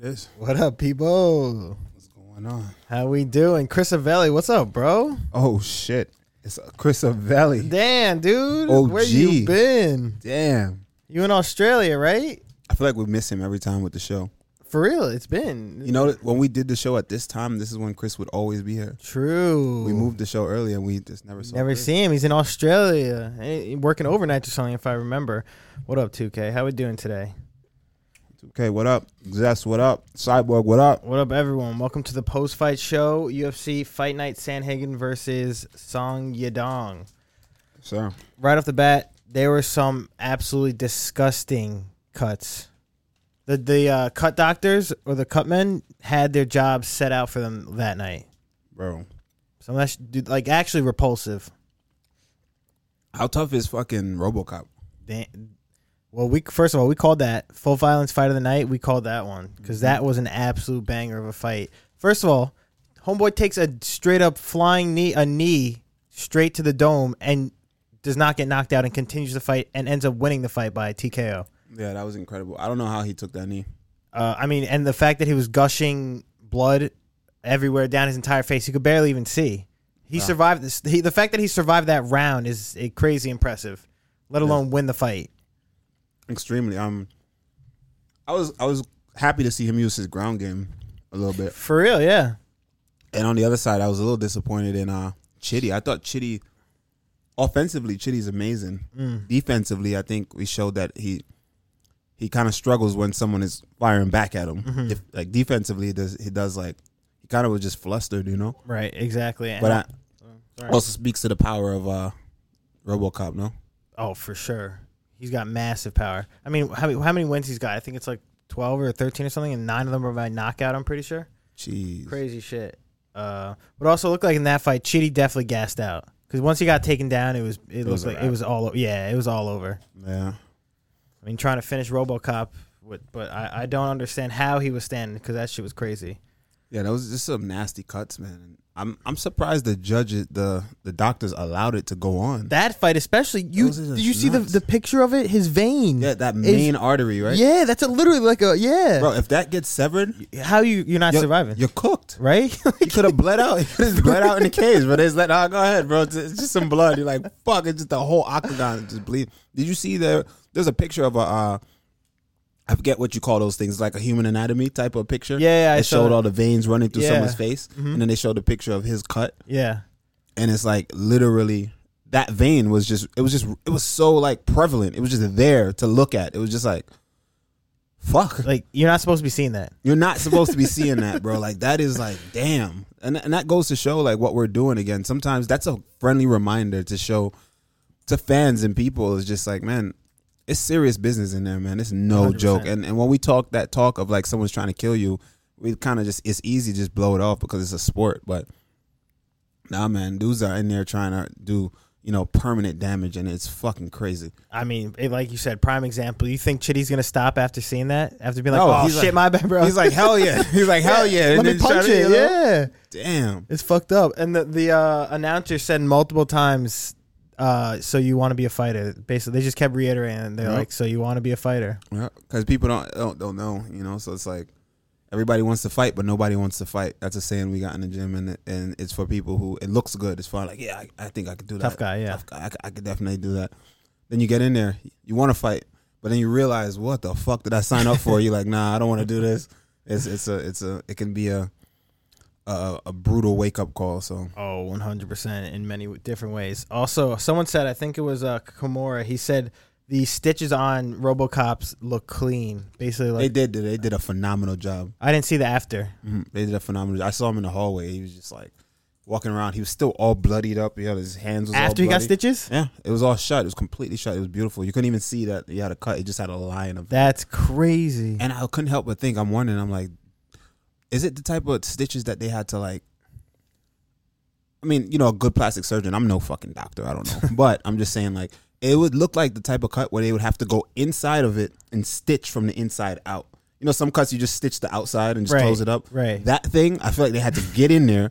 boys? What up, people? What's going on? How we doing? Chris Avelli, what's up, bro? Oh shit! It's Chris Avelli. Damn, dude. OG. Where you been? Damn. You in Australia, right? I feel like we miss him every time with the show. For real, it's been You know, when we did the show at this time, this is when Chris would always be here. true. We moved the show early, and we just never saw. Never Chris. see him. He's in Australia, eh, working overnight or something, if I remember. What up, 2K? How we doing today? Okay, what up, Zest? What up, Cyborg? What up? What up, everyone? Welcome to the post-fight show, UFC Fight Night Sanhagen versus Song Yadong. Sir, right off the bat, there were some absolutely disgusting cuts. The the uh, cut doctors or the cut men had their jobs set out for them that night. bro. So that's dude, like actually repulsive. How tough is fucking RoboCop? Da- Well, we first of all we called that full violence fight of the night. We called that one because that was an absolute banger of a fight. First of all, homeboy takes a straight up flying knee, a knee straight to the dome, and does not get knocked out and continues the fight and ends up winning the fight by TKO. Yeah, that was incredible. I don't know how he took that knee. Uh, I mean, and the fact that he was gushing blood everywhere down his entire face, you could barely even see. He survived this. He, the fact that he survived that round is uh, crazy impressive, let alone win the fight. Extremely. Um, I was I was happy to see him use his ground game a little bit. For real, yeah. And on the other side, I was a little disappointed in uh Chitty. I thought Chitty, offensively, Chitty's amazing. Mm. Defensively, I think we showed that he he kind of struggles when someone is firing back at him. Mm-hmm. If, like defensively, he does he does like he kind of was just flustered, you know. Right, exactly. And- But I Sorry. also speaks to the power of uh RoboCop. No, oh, for sure, he's got massive power. I mean, how many, how many wins he's got? I think it's like twelve or thirteen or something, and nine of them were by knockout. I'm pretty sure. jeez, Crazy shit. Uh, but also looked like in that fight, Chitty definitely gassed out because once he got taken down, it was it, looked was a like it wrap. was all o- yeah, it was all over. yeah. I mean, trying to finish RoboCop, with, but I, I don't understand how he was standing because that shit was crazy. Yeah, that was just some nasty cuts, man. And I'm I'm surprised the judges, the the doctors allowed it to go on. That fight, especially you, Those are did just you see the, nuts. the picture of it? His vein. yeah, that is- main artery, right? Yeah, that's a, literally like a yeah. Bro, if that gets severed, how you you're not you're, surviving, You're cooked. right? You could have bled out. You could have bled out in the cage, but it's let. Oh, go ahead, bro. It's, it's just some blood. You're like, fuck. It's just the whole octagon just bleed. Did you see there? There's a picture of a. Uh, I forget what you call those things, like a human anatomy type of picture. Yeah, yeah, I It saw showed that. all the veins running through Yeah. someone's face, and then they showed a picture of his cut, yeah, and it's like literally that vein was just. It was just. It was so like prevalent. It was just there to look at. It was just like, fuck. like you're not supposed to be seeing that. You're not supposed to be seeing that, bro. Like that is like, damn, and and that goes to show like what we're doing again. Sometimes that's a friendly reminder to show to fans and people is just like, man, it's serious business in there, man. It's no 100%. joke. And and when we talk that talk of like someone's trying to kill you, we kind of just it's easy to just blow it off because it's a sport. But nah, man, dudes are in there trying to do you know permanent damage, and it's fucking crazy. I mean, it, like you said, prime example. You think Chitty's gonna stop after seeing that? After being like, No, "Oh he's shit, like- my bad, bro." He's like, hell yeah. He's like, hell Let yeah. And me then try punch to- it. you know? Yeah, Damn. it's fucked up. And the the uh, announcer said multiple times, uh, "So you want to be a fighter?" Basically, they just kept reiterating. and They're Yeah. like, "So you want to be a fighter?" Yeah, because people don't, don't don't know, you know. So it's like everybody wants to fight, but nobody wants to fight. That's a saying we got in the gym, and it- and it's for people who it looks good. It's fun, like yeah, I, I think I could do that. Tough guy, yeah. Tough guy, I, c- I could definitely do that. Then you get in there, you want to fight, but then you realize what the fuck did I sign up for? You're like, nah, I don't want to do this. It's it's a it's a it can be a a, a brutal wake up call. So Oh, 100% in many w- different ways. Also, someone said, I think it was uh, Kimura, he said the stitches on Robocops look clean. Basically, they like, did they did a phenomenal job. I didn't see the after. Mhm. They did a phenomenal. I saw him in the hallway. He was just like walking around. He was still all bloodied up. He had his hands was all After he got bloody. stitches? Yeah, it was all shut. It was completely shut. It was beautiful. You couldn't even see that he had a cut. It just had a line of. That's crazy. And I couldn't help but think. I'm wondering. I'm like, is it the type of stitches that they had to like? I mean, you know, a good plastic surgeon. I'm no fucking doctor. I don't know, but I'm just saying like it would look like the type of cut where they would have to go inside of it and stitch from the inside out. You know, some cuts you just stitch the outside and just Right, close it up. right. That thing, I feel like they had to get in there,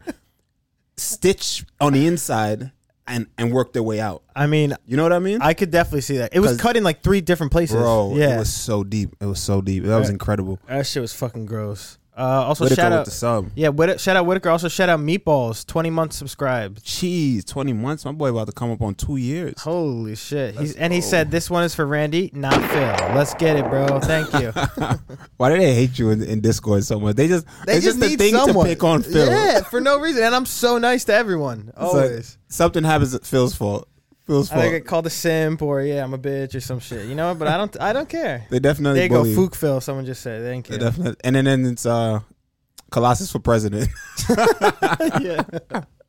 stitch on the inside, and and work their way out. I mean, You know what I mean? I could definitely see that. It was 'Cause- cut in like three different places. Bro, yeah, it was so deep. It was so deep. That was Right. incredible. that shit was fucking gross. Uh, also, Whitaker shout with out, the sub. yeah, Whit- shout out Whitaker. Also, shout out Meatballs, twenty months subscribed. Jeez, twenty months. My boy about to come up on two years. Holy shit! He's, Let's and he go. said this one is for Randy, not Phil. Let's get it, bro. Thank you. Why do they hate you in, in Discord so much? They just They it's just, just, need a thing someone. to pick on Phil. Yeah, for no reason. And I'm so nice to everyone. It's Always. Like, something happens at Phil's fault. Phil's I fault. think I called a simp or yeah, I'm a bitch or some shit. You know, but I don't I don't care. they definitely There you go, bully. Fook Phil, someone just said. Thank They you. definitely, and then, then it's uh, Colossus for president. yeah.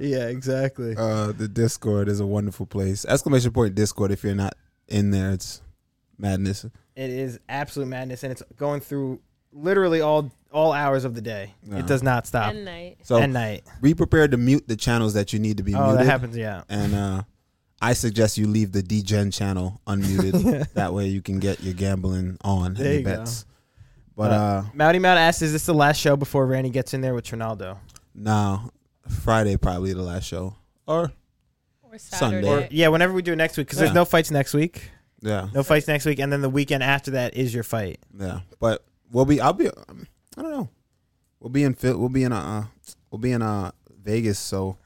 yeah, exactly. Uh, the Discord is a wonderful place. Exclamation point Discord. If you're not in there, it's madness. It is absolute madness and it's going through literally all all hours of the day. Yeah. It does not stop. At night. So At night. be prepared to mute the channels that you need to be uh, Oh, that muted. happens, yeah. and uh, I suggest you leave the DGen channel unmuted. that way you can get your gambling on There and you your go. bets. But uh, Mounty Mount asks, is this the last show before Randy gets in there with Trinaldo? no, Friday probably the last show. Or Or Sunday. Saturday. Or- Yeah, whenever we do it next week, because Yeah. there's no fights next week. yeah, No fights next week, and then the weekend after that is your fight. yeah. But we'll be. I'll be. um, I don't know. We'll be in. Phil- We'll be in. Uh, we'll be in uh, Vegas. So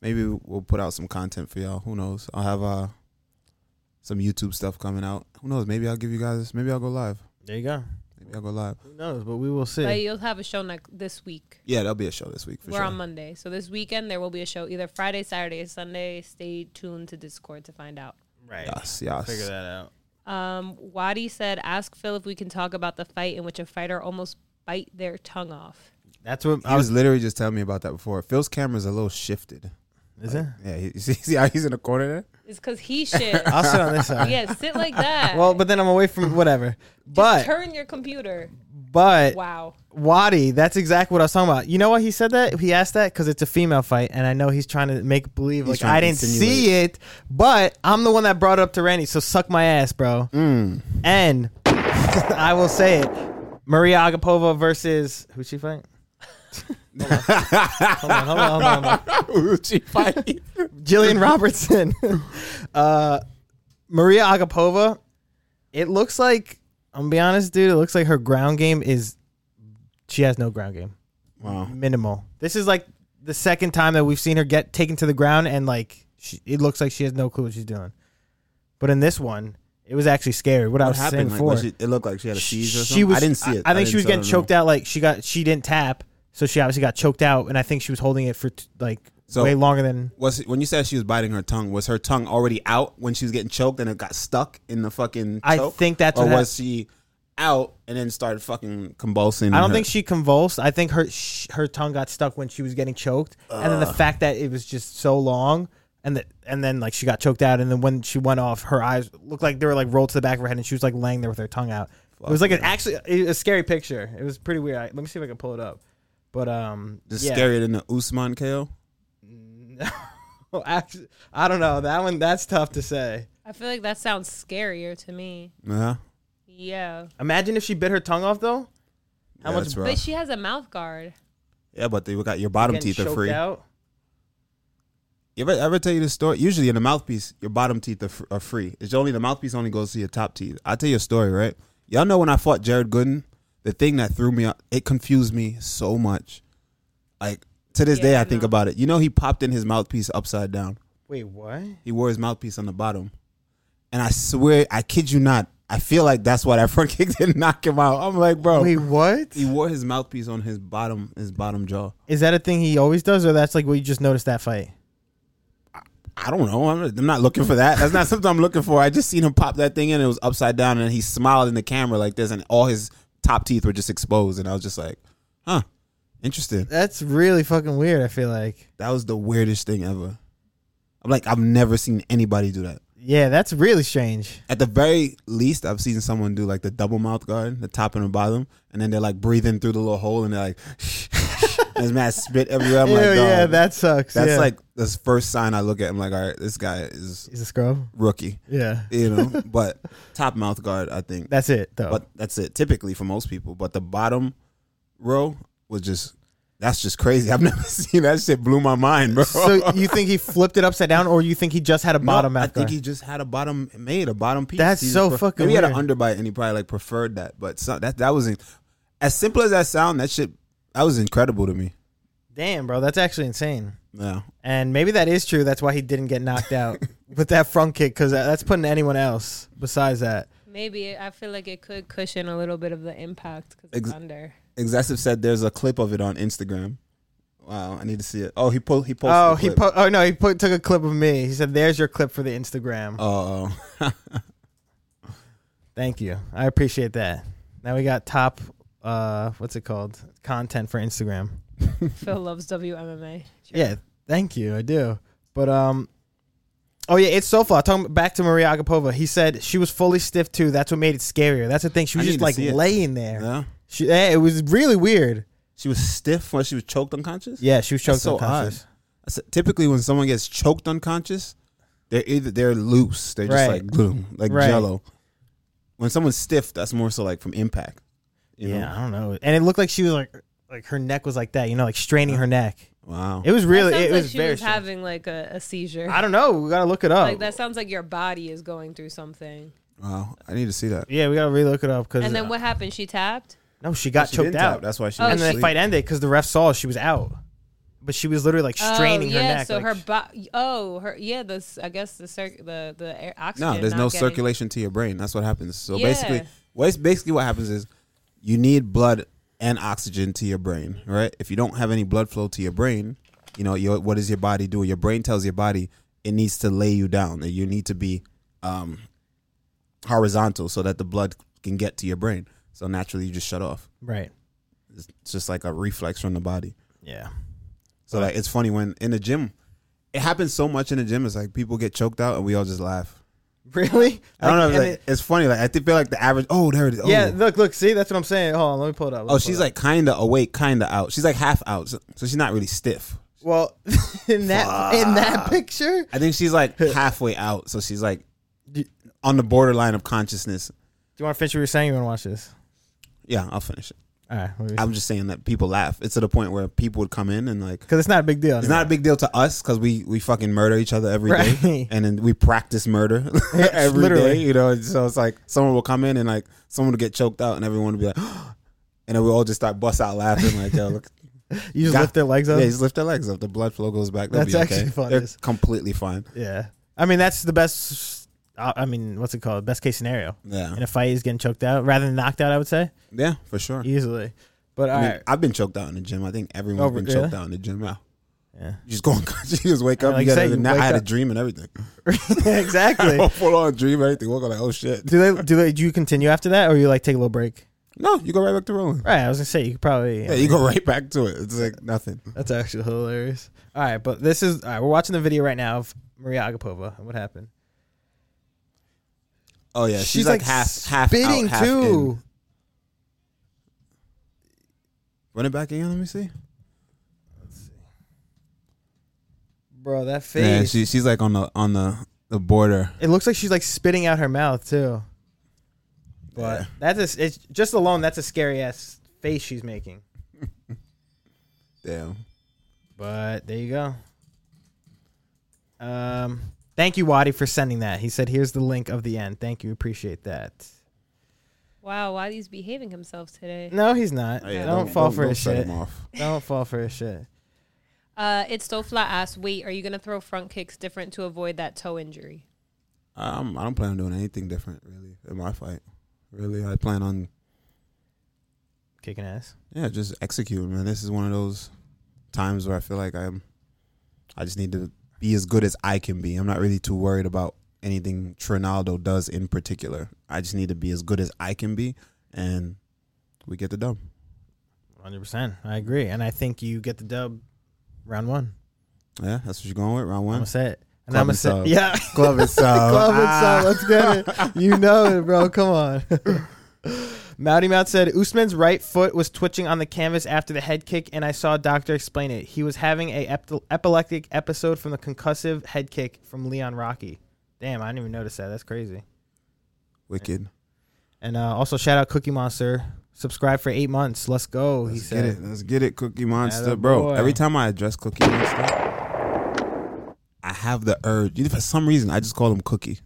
maybe we'll put out some content for y'all. Who knows? I'll have uh, some YouTube stuff coming out. Who knows? Maybe I'll give you guys. Maybe I'll go live. There you go. Maybe I'll go live. Who knows? But we will see. But you'll have a show next this week. Yeah, there'll be a show this week for We're sure. on Monday, so this weekend there will be a show either Friday, Saturday, or Sunday. Stay tuned to Discord to find out. right. Yes, yes. Figure that out. Um, Wadi said, "Ask Phil if we can talk about the fight in which a fighter almost bite their tongue off." That's what He was literally just telling me about that before. Phil's camera's a little shifted. Is it? Yeah, he, you see, see how he's in the corner there? It's because he shit. I'll sit on this side. yeah, sit like that. Well, but then I'm away from whatever. But turn your computer. but Wow. Wadi, that's exactly what I was talking about. You know why he said that? He asked that because it's a female fight, and I know he's trying to make believe like trying to I didn't insinuate. see it. But I'm the one that brought it up to Randy, so suck my ass, bro. Mm. And I will say it: Maria Agapova versus who's she fight? hold on, hold on, hold on, hold on. Uchi fight. Jillian Robertson, uh, Maria Agapova. It looks like I'm gonna be honest, dude. It looks like her ground game is she has no ground game, Wow. minimal. This is like the second time that we've seen her get taken to the ground, and like she, it looks like she has no clue what she's doing. But in this one, it was actually scary. What, I What was saying happened? Like, before, was she, it looked like she had a seizure or something. she was. I didn't see it. I, I think she was getting choked out. out. Like she got, she didn't tap, so she obviously got choked out, and I think she was holding it for t- like So- way longer than. Was it- when you said she was biting her tongue, was her tongue already out when she was getting choked and it got stuck in the fucking I choke? think that's Or what hap- was she out and then started fucking convulsing? I and don't her- think she convulsed. I think her sh- her tongue got stuck when she was getting choked, and then the fact that it was just so long, and that and then like she got choked out, and then when she went off, her eyes looked like they were like rolled to the back of her head, and she was like laying there with her tongue out. it was like an actually a a scary picture. It was pretty weird. I, let me see if I can pull it up. But um, Just yeah. scarier than the Usman KO? Well, actually, I don't know that one. That's tough to say. I feel like that sounds scarier to me. Uh-huh. Yeah. Imagine if she bit her tongue off though. How yeah, much that's But rough. she has a mouth guard. Yeah, but they got your bottom Getting teeth are choked free. out. You ever, ever tell you the story? Usually in the mouthpiece, your bottom teeth are, fr- are free. It's only the mouthpiece only goes to your top teeth. I'll tell you a story, right? Y'all know when I fought Jared Gooden, the thing that threw me out, it confused me so much. Like to this Yeah, day, I, I think know. about it. You know, he popped in his mouthpiece upside down. Wait, what? He wore his mouthpiece on the bottom, and I swear, I kid you not, I feel like that's why that front kick didn't knock him out. I'm like, bro, Wait, what? he wore his mouthpiece on his bottom, his bottom jaw. Is that a thing he always does, or that's like what you just noticed that fight? I don't know. I'm, I'm not looking for that. That's not something I'm looking for. I just seen him pop that thing in. It was upside down, and he smiled in the camera like this, and all his top teeth were just exposed. And I was just like, "Huh, interesting." That's really fucking weird. I feel like. That was the weirdest thing ever. I'm like, I've never seen anybody do that. Yeah, that's really strange. At the very least, I've seen someone do like the double mouth guard, the top and the bottom, and then they're like breathing through the little hole, and they're like, and "There's mad spit everywhere." I'm Ew, like, yeah, "Dog, that sucks. that's yeah. like the first sign I look at. I'm like, all right, this guy is he's a scrub. rookie. Yeah, you know. but top mouth guard, I think. that's it though. But that's it, typically for most people. But the bottom row was just That's just crazy. I've never seen that shit. Blew my mind, bro. So you think he flipped it upside down, or you think he just had a No, bottom I mouth? think guy? he just had a bottom made a bottom piece. That's He just so fucking Maybe he had weird. an underbite and he probably like preferred that. But so, that that was in, as simple as that sound. That shit that was incredible to me. Damn, bro, that's actually insane. Yeah, And maybe that is true. That's why he didn't get knocked out with that front kick, because that's putting anyone else besides that. Maybe I feel like it could cushion a little bit of the impact because it's Ex- under. excessive said there's a clip of it on Instagram. Wow, I need to see it. Oh, he po- he posted. Oh, a he clip. po- oh no, he put, took a clip of me. He said, "There's your clip for the Instagram." Oh, Thank you, I appreciate that. Now we got top, uh, what's it called? Content for Instagram. Phil loves WMMA. Yeah, thank you. I do. But um Oh yeah, it's so far. Talking back to Maria Agapova, he said she was fully stiff too. That's what made it scarier. That's the thing. She was I just need to like see it. laying there. yeah. She, yeah, it was really weird. She was stiff when she was choked unconscious. Yeah, she was choked That's so unconscious. I said, typically when someone gets choked unconscious, they're either they're loose, they're just Right. like glue, like Right. jello. When someone's stiff, that's more so like from impact. You yeah, know? I don't know. And it looked like she was like like her neck was like that, you know, like straining her neck. Wow. It was really that sounds it like was she very was strange. having like a, a seizure. I don't know. We got to look it up. like that sounds like your body is going through something. wow. I need to see that. yeah, we got to relook it up cuz And then what happened? She tapped. No, she got She choked didn't out. tap, That's why she. Oh, and didn't then the sleep. fight ended cuz the ref saw she was out. But she was literally like straining oh, her yeah, neck. So like, her body. Oh, her. Yeah. This. I guess the circ. The the air, oxygen. No, there's not no getting- circulation to your brain. That's what happens. So Yeah. basically, what's basically what happens is you need blood and oxygen to your brain, right? If you don't have any blood flow to your brain, you know, your what does your body do? Your brain tells your body it needs to lay you down. That you need to be um, horizontal so that the blood can get to your brain. So naturally, you just shut off. right. It's it's just like a reflex from the body. Yeah. So like, it's funny when in the gym, it happens so much in the gym. It's like people get choked out and we all just laugh. Really? I don't know. Like, Like, and it- it's funny. Like I think feel like the average. Oh, there it is. Oh. yeah, look, look, see, that's what I'm saying. Hold on, let me pull it up. Let me Oh, pull she's it up. like kind of awake, kind of out. She's like half out, so, so she's not really stiff. well, in that in that picture, I think she's like halfway out, so she's like on the borderline of consciousness. do you want to finish what you're saying? You want to watch this? Yeah, I'll finish it. All right, I'm just saying that people laugh. It's to the point where people would come in and like. because it's not a big deal. It's not a big deal to us because we we fucking murder each other every day, Right. and then we practice murder every day. literally. You know, and so it's like someone will come in and like someone will get choked out, and everyone will be like, and then we all just start bust out laughing like, yo, look, You just God- lift their legs up. Yeah, Yeah. just lift their legs up. The blood flow goes back. They'll That's be actually okay. fun. They're It's- completely fine. I mean that's the best. Uh, I mean, what's it called? Best case scenario Yeah, in a fight is getting choked out rather than knocked out. I would say yeah, for sure. easily, but all I right, mean, I've been choked out in the gym. I think everyone's Oh, been really? choked out in the gym. Yeah, Yeah. you just go unconscious. You just wake up. Like you you got said, a- you now I wake had a up. dream and everything. exactly. I full on dream and everything. Woke up like, oh shit. Do they? Do they? Do you continue after that, or you like take a little break? No, you go right back to rolling. Right. I was gonna say you could probably. Yeah, you go right back to it. It's like nothing. That's actually hilarious. All right, but this is all right. We're watching the video right now of Maria Agapova and what happened. Oh yeah, she's, like, half half spitting out, half too. in. Run it back again. Let me see. bro. That Yeah, face. she, she's like on the on the the border. it looks like she's like spitting out her mouth too. But Yeah. that's a, it's just alone. That's a scary ass face she's making. Damn. But there you go. Um, thank you, Wadi, for sending that. He said, "Here's the link of the end." Thank you, appreciate that. Wow. Waddy's behaving himself today. No, he's not. Oh, yeah, don't, fall for don't his set shit. him off. Don't fall for his shit. Uh, it's so flat ass. Wait, are you gonna throw front kicks different to avoid that toe injury? Um, I don't plan on doing anything different really in my fight. Really, I plan on Kicking ass. yeah, just executing. Man, this is one of those times where I feel like I'm. I just need to be as good as I can be. I'm not really too worried about anything Trinaldo does in particular. I just need to be as good as I can be, and we get the dub. Hundred percent, I agree, and I think you get the dub, round one. Yeah, that's what you're going with round I'm one. gonna say it, and Club I'm gonna and say, sub. yeah, Glove and sub. club Ah. and sub. Let's get it. You know it, bro. Come on. Mouty Mout said Usman's right foot was twitching on the canvas after the head kick, and I saw a doctor explain it. He was having a ep- epileptic episode from the concussive head kick from Leon Rocky. Damn, I didn't even notice that. That's crazy. Wicked. And uh, also shout out Cookie Monster Subscribe for eight months. Let's go. he Let's said. get it. Let's get it, Cookie Monster, Atta bro. boy. Every time I address Cookie Monster, I have the urge. For some reason, I just call him Cookie,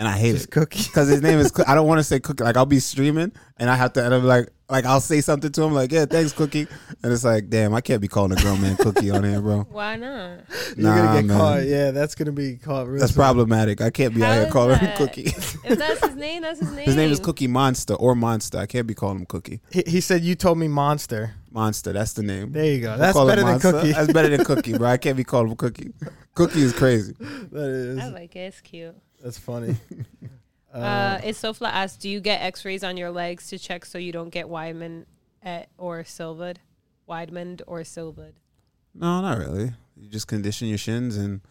and I hate Just it. cookie. Cause his name is. Cook- I don't want to say Cookie. Like I'll be streaming, and I have to. And I'm like, like I'll say something to him, like, yeah, thanks, Cookie. And it's like, damn, I can't be calling a grown man Cookie on here, bro. Why not? You're Nah, gonna get man. caught. Yeah, that's gonna be caught. Real That's soon. problematic. I can't be How out here is calling him that? Cookie. If that's his name, that's his name. His name is Cookie Monster or Monster. I can't be calling him Cookie. He, he said you told me monster. Monster. That's the name. There you go. We'll That's call him better than Monster. cookie. That's better than Cookie, bro. I can't be calling him Cookie. Cookie is crazy. that is. I like it. It's cute. That's funny. Uh, Uh, is Sofla asked, do you get X-rays on your legs to check so you don't get Weidman at, or Silvad? Weidman or Silvad? No, not really. You just condition your shins and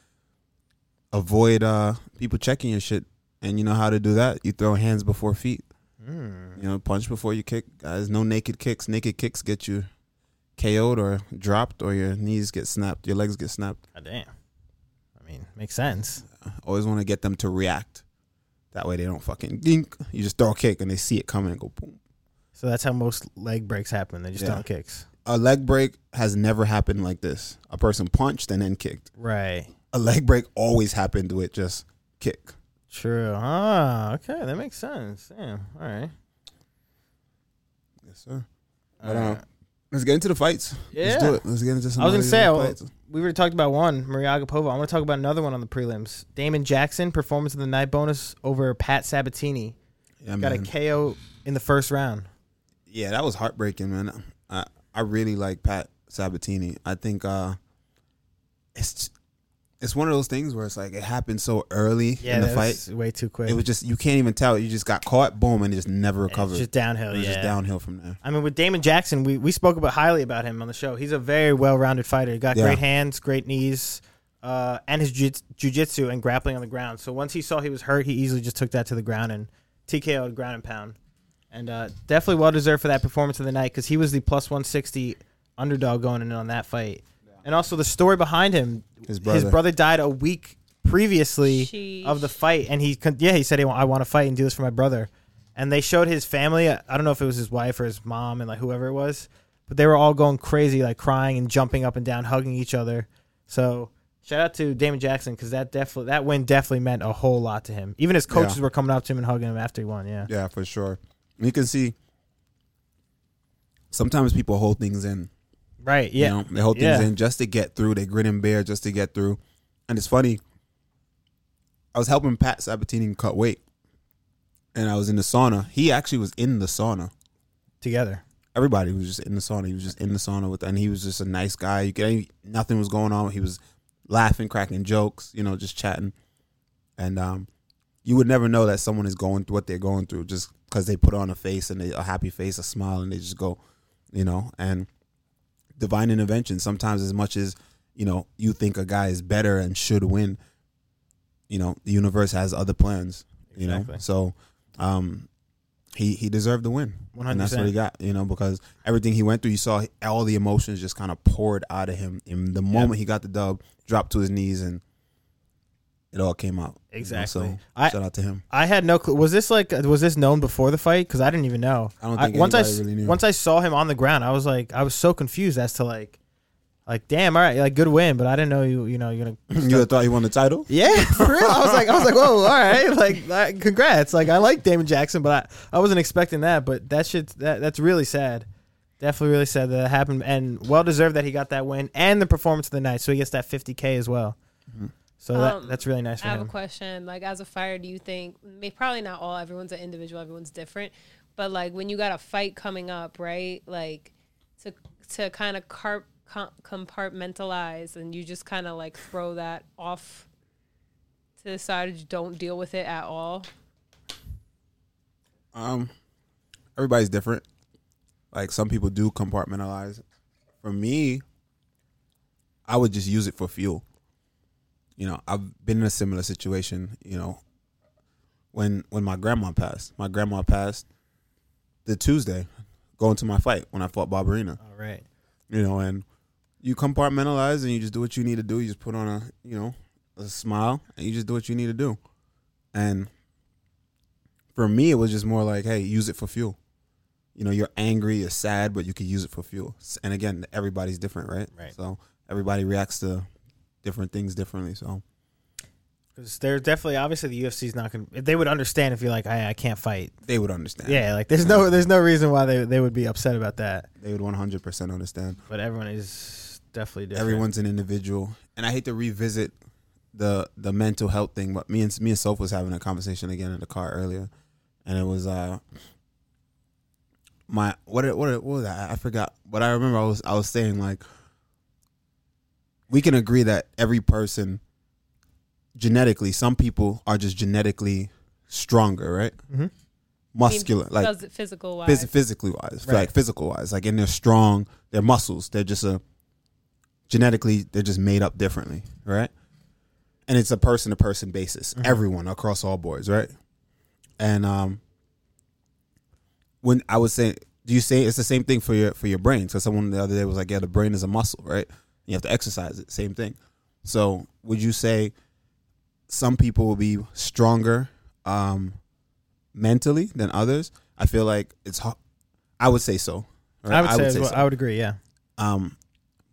avoid uh, people checking your shit. And you know how to do that? You throw hands before feet. mm. You know, punch before you kick. Guys, no naked kicks. Naked kicks get you KO'd or dropped, or your knees get snapped, your legs get snapped. God damn. I mean, makes sense. Always want to get them to react. That way they don't fucking dink. You just throw a kick and they see it coming and go boom. So that's how most leg breaks happen. They just Yeah. don't kicks. A leg break has never happened like this. A person punched and then kicked. Right. A leg break always happened with just kick. True. Ah, okay. That makes sense. Damn. All right. Yes, sir. All But, uh, right. Let's get into the fights. yeah. Let's do it. Let's get into some. I was of gonna these say, oh, other I- fights. we already talked about one, Maria Agapova. I want to talk about another one on the prelims. Damon Jackson, performance of the night bonus over Pat Sabatini. Yeah, Got man. a KO in the first round. yeah, that was heartbreaking, man. I I really like Pat Sabatini. I think uh, it's it's one of those things where it's like it happened so early Yeah, in the that fight. was way too quick. It was just you can't even tell. You just got caught, boom, and it just never It's recovered. just downhill. it was yeah. just downhill from there. I mean, with Damon Jackson, we, we spoke about highly about him on the show. He's a very well rounded fighter. He got Yeah. great hands, great knees, uh, and his jiu- jujitsu and grappling on the ground. So once he saw he was hurt, he easily just took that to the ground and TKO'd ground and pound. And uh, definitely well deserved for that performance of the night because he was the plus 160 underdog going in on that fight. And also the story behind him His brother. died a week previously Sheesh. of the fight, and he con- yeah he said he wa- I want to fight and do this for my brother, and they showed his family. uh, I I don't know if it was his wife or his mom and like whoever it was, but they were all going crazy, like crying and jumping up and down, hugging each other. So shout out to Damon Jackson because that definitely that win definitely meant a whole lot to him. Even his coaches Yeah. were coming up to him and hugging him after he won. Yeah, Yeah, for sure. And You can see sometimes people hold things in. right. Yeah, You know, they hold things Yeah. in just to get through. They grin and bear just to get through. And it's funny. I was helping Pat Sabatini cut weight, and I was in the sauna. He actually was in the sauna. together. Everybody was just in the sauna. He was just in the sauna with, and he was just a nice guy. You could, nothing was going on. He was laughing, cracking jokes, you know, just chatting. And um, you would never know that someone is going through what they're going through just because they put on a face and they, a happy face, a smile, and they just go, you know. And divine intervention sometimes, as much as you know, you think a guy is better and should win. You know, the universe has other plans. You know, Exactly. so um, he he deserved the win, and that's what he 100%. got. You know, because everything he went through, you saw all the emotions just kind of poured out of him. In the moment he got the dub, dropped to his knees, and it all came out. you know, Exactly. so I- shout out to him. I had no clue. Was this like uh, was this known before the fight? Because I didn't even know. I don't think once I anybody s- really knew. once I saw him on the ground, I was like, I was so confused as to like, like damn, all right, like good win, but I didn't know you, you know, you're gonna. you would've thought he won the title? Yeah, for real. I was like, I was like, whoa, all right, like, uh, congrats. Like, I like Damon Jackson, but I, I wasn't expecting that. But that shit, that that's really sad. Definitely really sad that it happened, and well deserved that he got that win and the performance of the night. So he gets that 50k as well. So Um, that, that's really nice for I have a him. question. Like, as a fighter, do you think, may- probably not all, everyone's an individual, everyone's different, but like when you got a fight coming up, right? Like, to to kind of carp, com- compartmentalize and you just kind of like throw that off to the side, you don't deal with it at all. Um, everybody's different. Like some people do compartmentalize. For me, I would just use it for fuel. You know, I've been in a similar situation. You know, when when my grandma passed, my grandma passed the Tuesday, going to my fight when I fought Barbarina. All right. You know, and you compartmentalize and you just do what you need to do. You just put on a you know a smile and you just do what you need to do. And for me, it was just more like, hey, use it for fuel. you know, you're angry, you're sad, but you can use it for fuel. S- And again, everybody's different, right? Right. So everybody reacts to different things differently. So Because there's definitely, obviously, the UFC's not going. to... If they would understand if you're like, I, I can't fight. they would understand. Yeah, like there's no, there's no reason why they they would be upset about that. They would 100% understand. But everyone is definitely different. Everyone's an individual, and I hate to revisit the the mental health thing. But me and me and Soph was having a conversation again in the car earlier, and it was uh my what it- what it- what was that? I forgot. But I remember I was I was saying like we can agree that every person genetically, some people are just genetically stronger, right? Mhm. Muscular, like physical wise. phys- physically wise, Right. like physical wise, like and they're strong, their muscles, they're just a genetically they're just made up differently, right? And it's a person to person basis, everyone across all boards, right? And um, when I would say, do you say it's the same thing for your for your brain? So someone the other day was like, yeah, the brain is a muscle, right? You have to exercise it, same thing. So would you say some people will be stronger um, mentally than others? I feel like it's. ho- I would say so. right? I would say, as well, I would agree. Yeah, Um,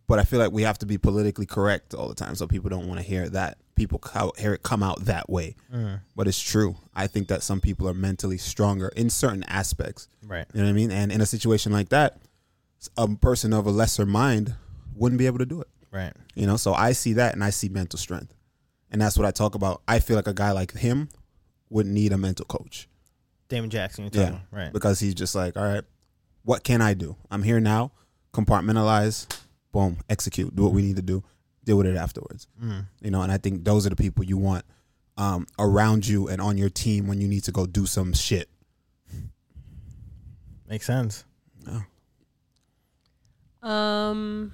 but I feel like we have to be politically correct all the time, so people don't want to hear that. People co- hear it come out that way, Mm. but it's true. I think that some people are mentally stronger in certain aspects. right. You know what I mean? And in a situation like that, a person of a lesser mind wouldn't be able to do it. Right. You know, so I see that and I see mental strength. And that's what I talk about. I feel like a guy like him would need a mental coach. Damon Jackson, you're Yeah. talking right. Because he's just like, all right, what can I do? I'm here now, compartmentalize, boom, execute, do what we need to do, deal with it afterwards. You know, and I think those are the people you want um, around you and on your team when you need to go do some shit. Makes sense. Um,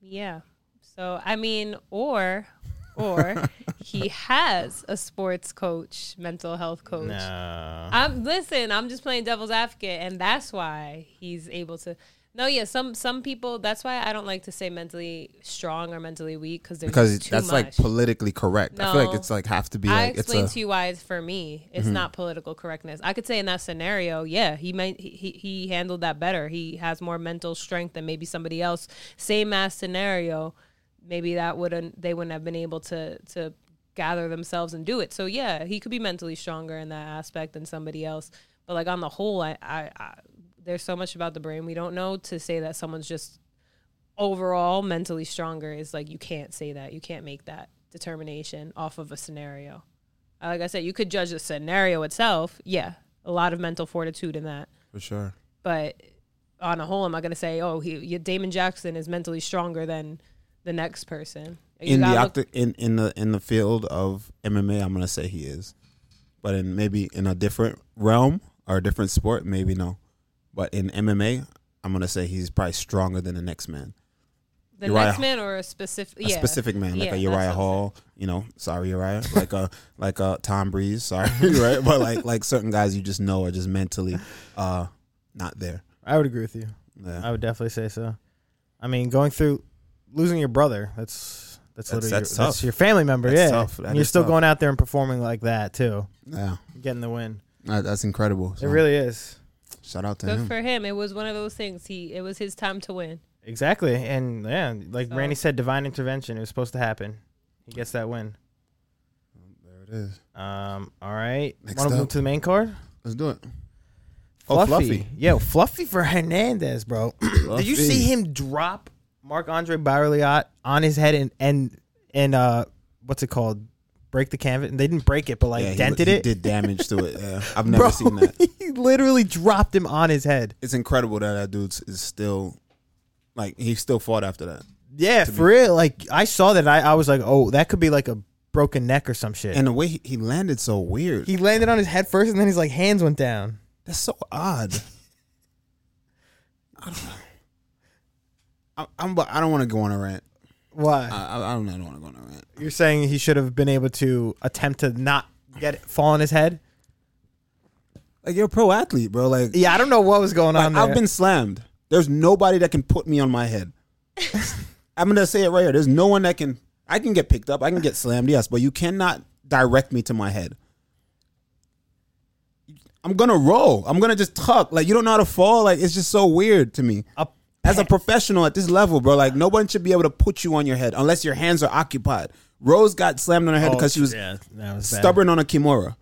yeah. So I mean, or, or he has a sports coach, mental health coach. No. I'm listen. I'm just playing devil's advocate, and that's why he's able to. No, yeah. Some some people. That's why I don't like to say mentally strong or mentally weak because there's Because too that's much. like politically correct. I feel like No. it's like have to be I like it's explained a Mm-hmm. to you why it's for me. It's not political correctness. I could say in that scenario, yeah, he might he, he he handled that better. He has more mental strength than maybe somebody else. Same ass scenario, maybe that wouldn't they wouldn't have been able to to gather themselves and do it. So yeah, he could be mentally stronger in that aspect than somebody else. But like on the whole, I I, I there's so much about the brain we don't know to say that someone's just overall mentally stronger is like you can't say that you can't make that determination off of a scenario Uh, like i said you could judge the scenario itself yeah a lot of mental fortitude in that for sure. but on a whole am i going to say oh he yeah, damon jackson is mentally stronger than the next person You in the gotta look- octa- in, in the in the field of MMA, I'm gonna say he is, but in maybe in a different realm or a different sport, maybe no. But in MMA, I'm gonna say he's probably stronger than the next man, the Uriah- next man or a specific a yeah. specific man like Yeah, a that's Uriah what I'm Hall. You know, sorry Uriah, like a like a Tom Breeze, sorry, right? But like like certain guys you just know are just mentally uh not there. I would agree with you. Yeah. I would definitely say so. I mean, going through losing your brother, that's that's That's- literally that's your, that's tough. your family member, That's yeah. tough. That And you're is still tough. going out there and performing like that too, Yeah, getting the win. Uh, that's incredible. So It really is. shout out to good him. for him it was one of those things he it was his time to win Exactly. And yeah, like Randy said divine intervention, it was supposed to happen. He gets that win. There it is. Um, all right. Next Want to move up. Oh, to the main card? Let's do it. Fluffy. Yo, Fluffy for Hernandez, bro. Did you see him drop Marc Andre Barliot on his head and and and uh what's it called? Break the canvas. And they didn't break it, but like Yeah, he- dented he it. Did damage to it. Yeah. I've never Bro, seen that. he literally dropped him on his head. It's incredible that that dude is still like he still fought after that. Yeah, for real. Like I saw that, I, I was like, oh, that could be like a broken neck or some shit. And the way he, he landed so weird. he landed on his head first, and then his like hands went down. That's so odd. I don't know. I, I'm I don't want to go on a rant. Why? I, I, I don't, want to go on a rant. Uh, You're saying he should have been able to attempt to not get fall on his head? Like you're a pro athlete, bro. Like, Yeah, I don't know what was going on. like, there. I've been slammed. There's nobody that can put me on my head. I'm gonna say it right here. There's no one that can. I can get picked up. I can get slammed. Yes, but you cannot direct me to my head. I'm gonna roll. I'm gonna just tuck. Like you don't know how to fall. Like it's just so weird to me. A As a professional at this level, bro, like no one should be able to put you on your head unless your hands are occupied. Rose got slammed on her head because she was Oh, yeah, that was bad. stubborn on a kimura.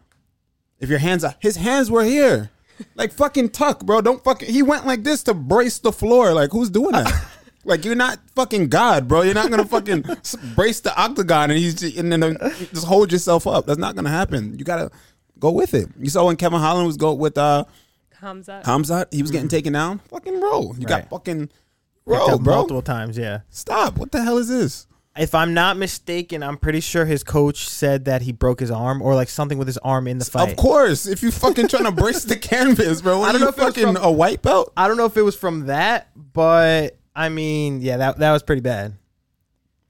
If your hands are, his hands were here, like fucking tuck, bro. Don't fucking. He went like this to brace the floor. Like who's doing that? like you're not fucking God, bro. You're not gonna fucking s- brace the octagon and he's just, and then uh, just hold yourself up. That's not gonna happen. You gotta go with it. You saw when Kevin Holland was go with uh Comes up. Hamzat, he was getting taken down. Fucking roll. You got Mm-hmm. Right. fucking Picked roll, up bro. multiple times. Yeah. Stop. What the hell is this? If I'm not mistaken, I'm pretty sure his coach said that he broke his arm or like something with his arm in the fight. Of course, if you fucking trying to brace the canvas, bro. What I I don't don't know if it was fucking from- a white belt. I don't know if it was from that, but I mean, yeah, that that was pretty bad.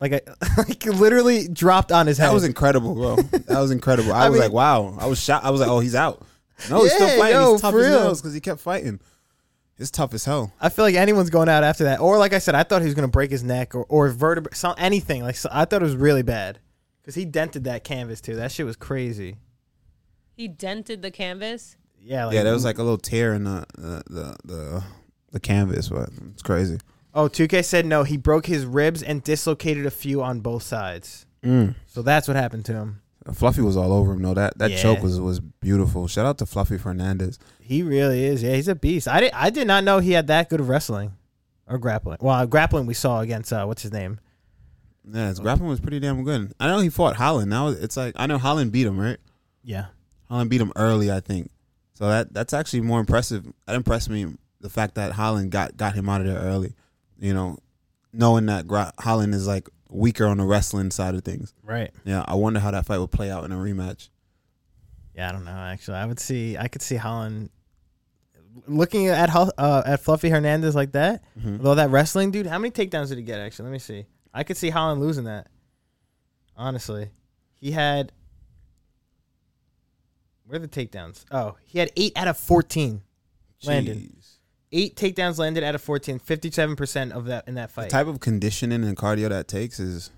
Like I like literally dropped on his head. That was incredible, bro. That was incredible. I, I was mean- like, wow. I was shocked. I was like, oh, he's out. No, he's Yeah, still fighting. yo, he's tough for as real. nails because he kept fighting. It's tough as hell. I feel like anyone's going out after that. Or like I said, I thought he was going to break his neck or or vertebra, some, anything. Like so, I thought it was really bad because he dented that canvas too. That shit was crazy. He dented the canvas. Yeah, like, Yeah, there was like a little tear in the the the, the, the canvas, but it's crazy. Oh, 2K said no. He broke his ribs and dislocated a few on both sides. Mm. So that's what happened to him. Fluffy was all over him. No, that that Yeah. choke was was beautiful. Shout out to Fluffy Fernandez. He really is. Yeah, he's a beast. I did. I did not know he had that good of wrestling or grappling. Well, grappling we saw against uh, what's his name? Yeah, his grappling was pretty damn good. I know he fought Holland. Now it's like I know Holland beat him, right? Yeah. Holland beat him early, I think. So that that's actually more impressive. That impressed me the fact that Holland got got him out of there early. You know, knowing that Gra- Holland is like weaker on the wrestling side of things. Right. Yeah, I wonder how that fight would play out in a rematch. Yeah, I don't know. Actually, I would see. I could see Holland looking at Hol- uh, at Fluffy Hernandez like that. Mm-hmm. Though that wrestling dude, how many takedowns did he get? Actually, let me see. I could see Holland losing that. Honestly, he had. Where are the takedowns? Oh, he had eight out of fourteen. Landon. Jeez. Eight takedowns landed out of 14, 57% of that in that The fight. type of conditioning and cardio that takes is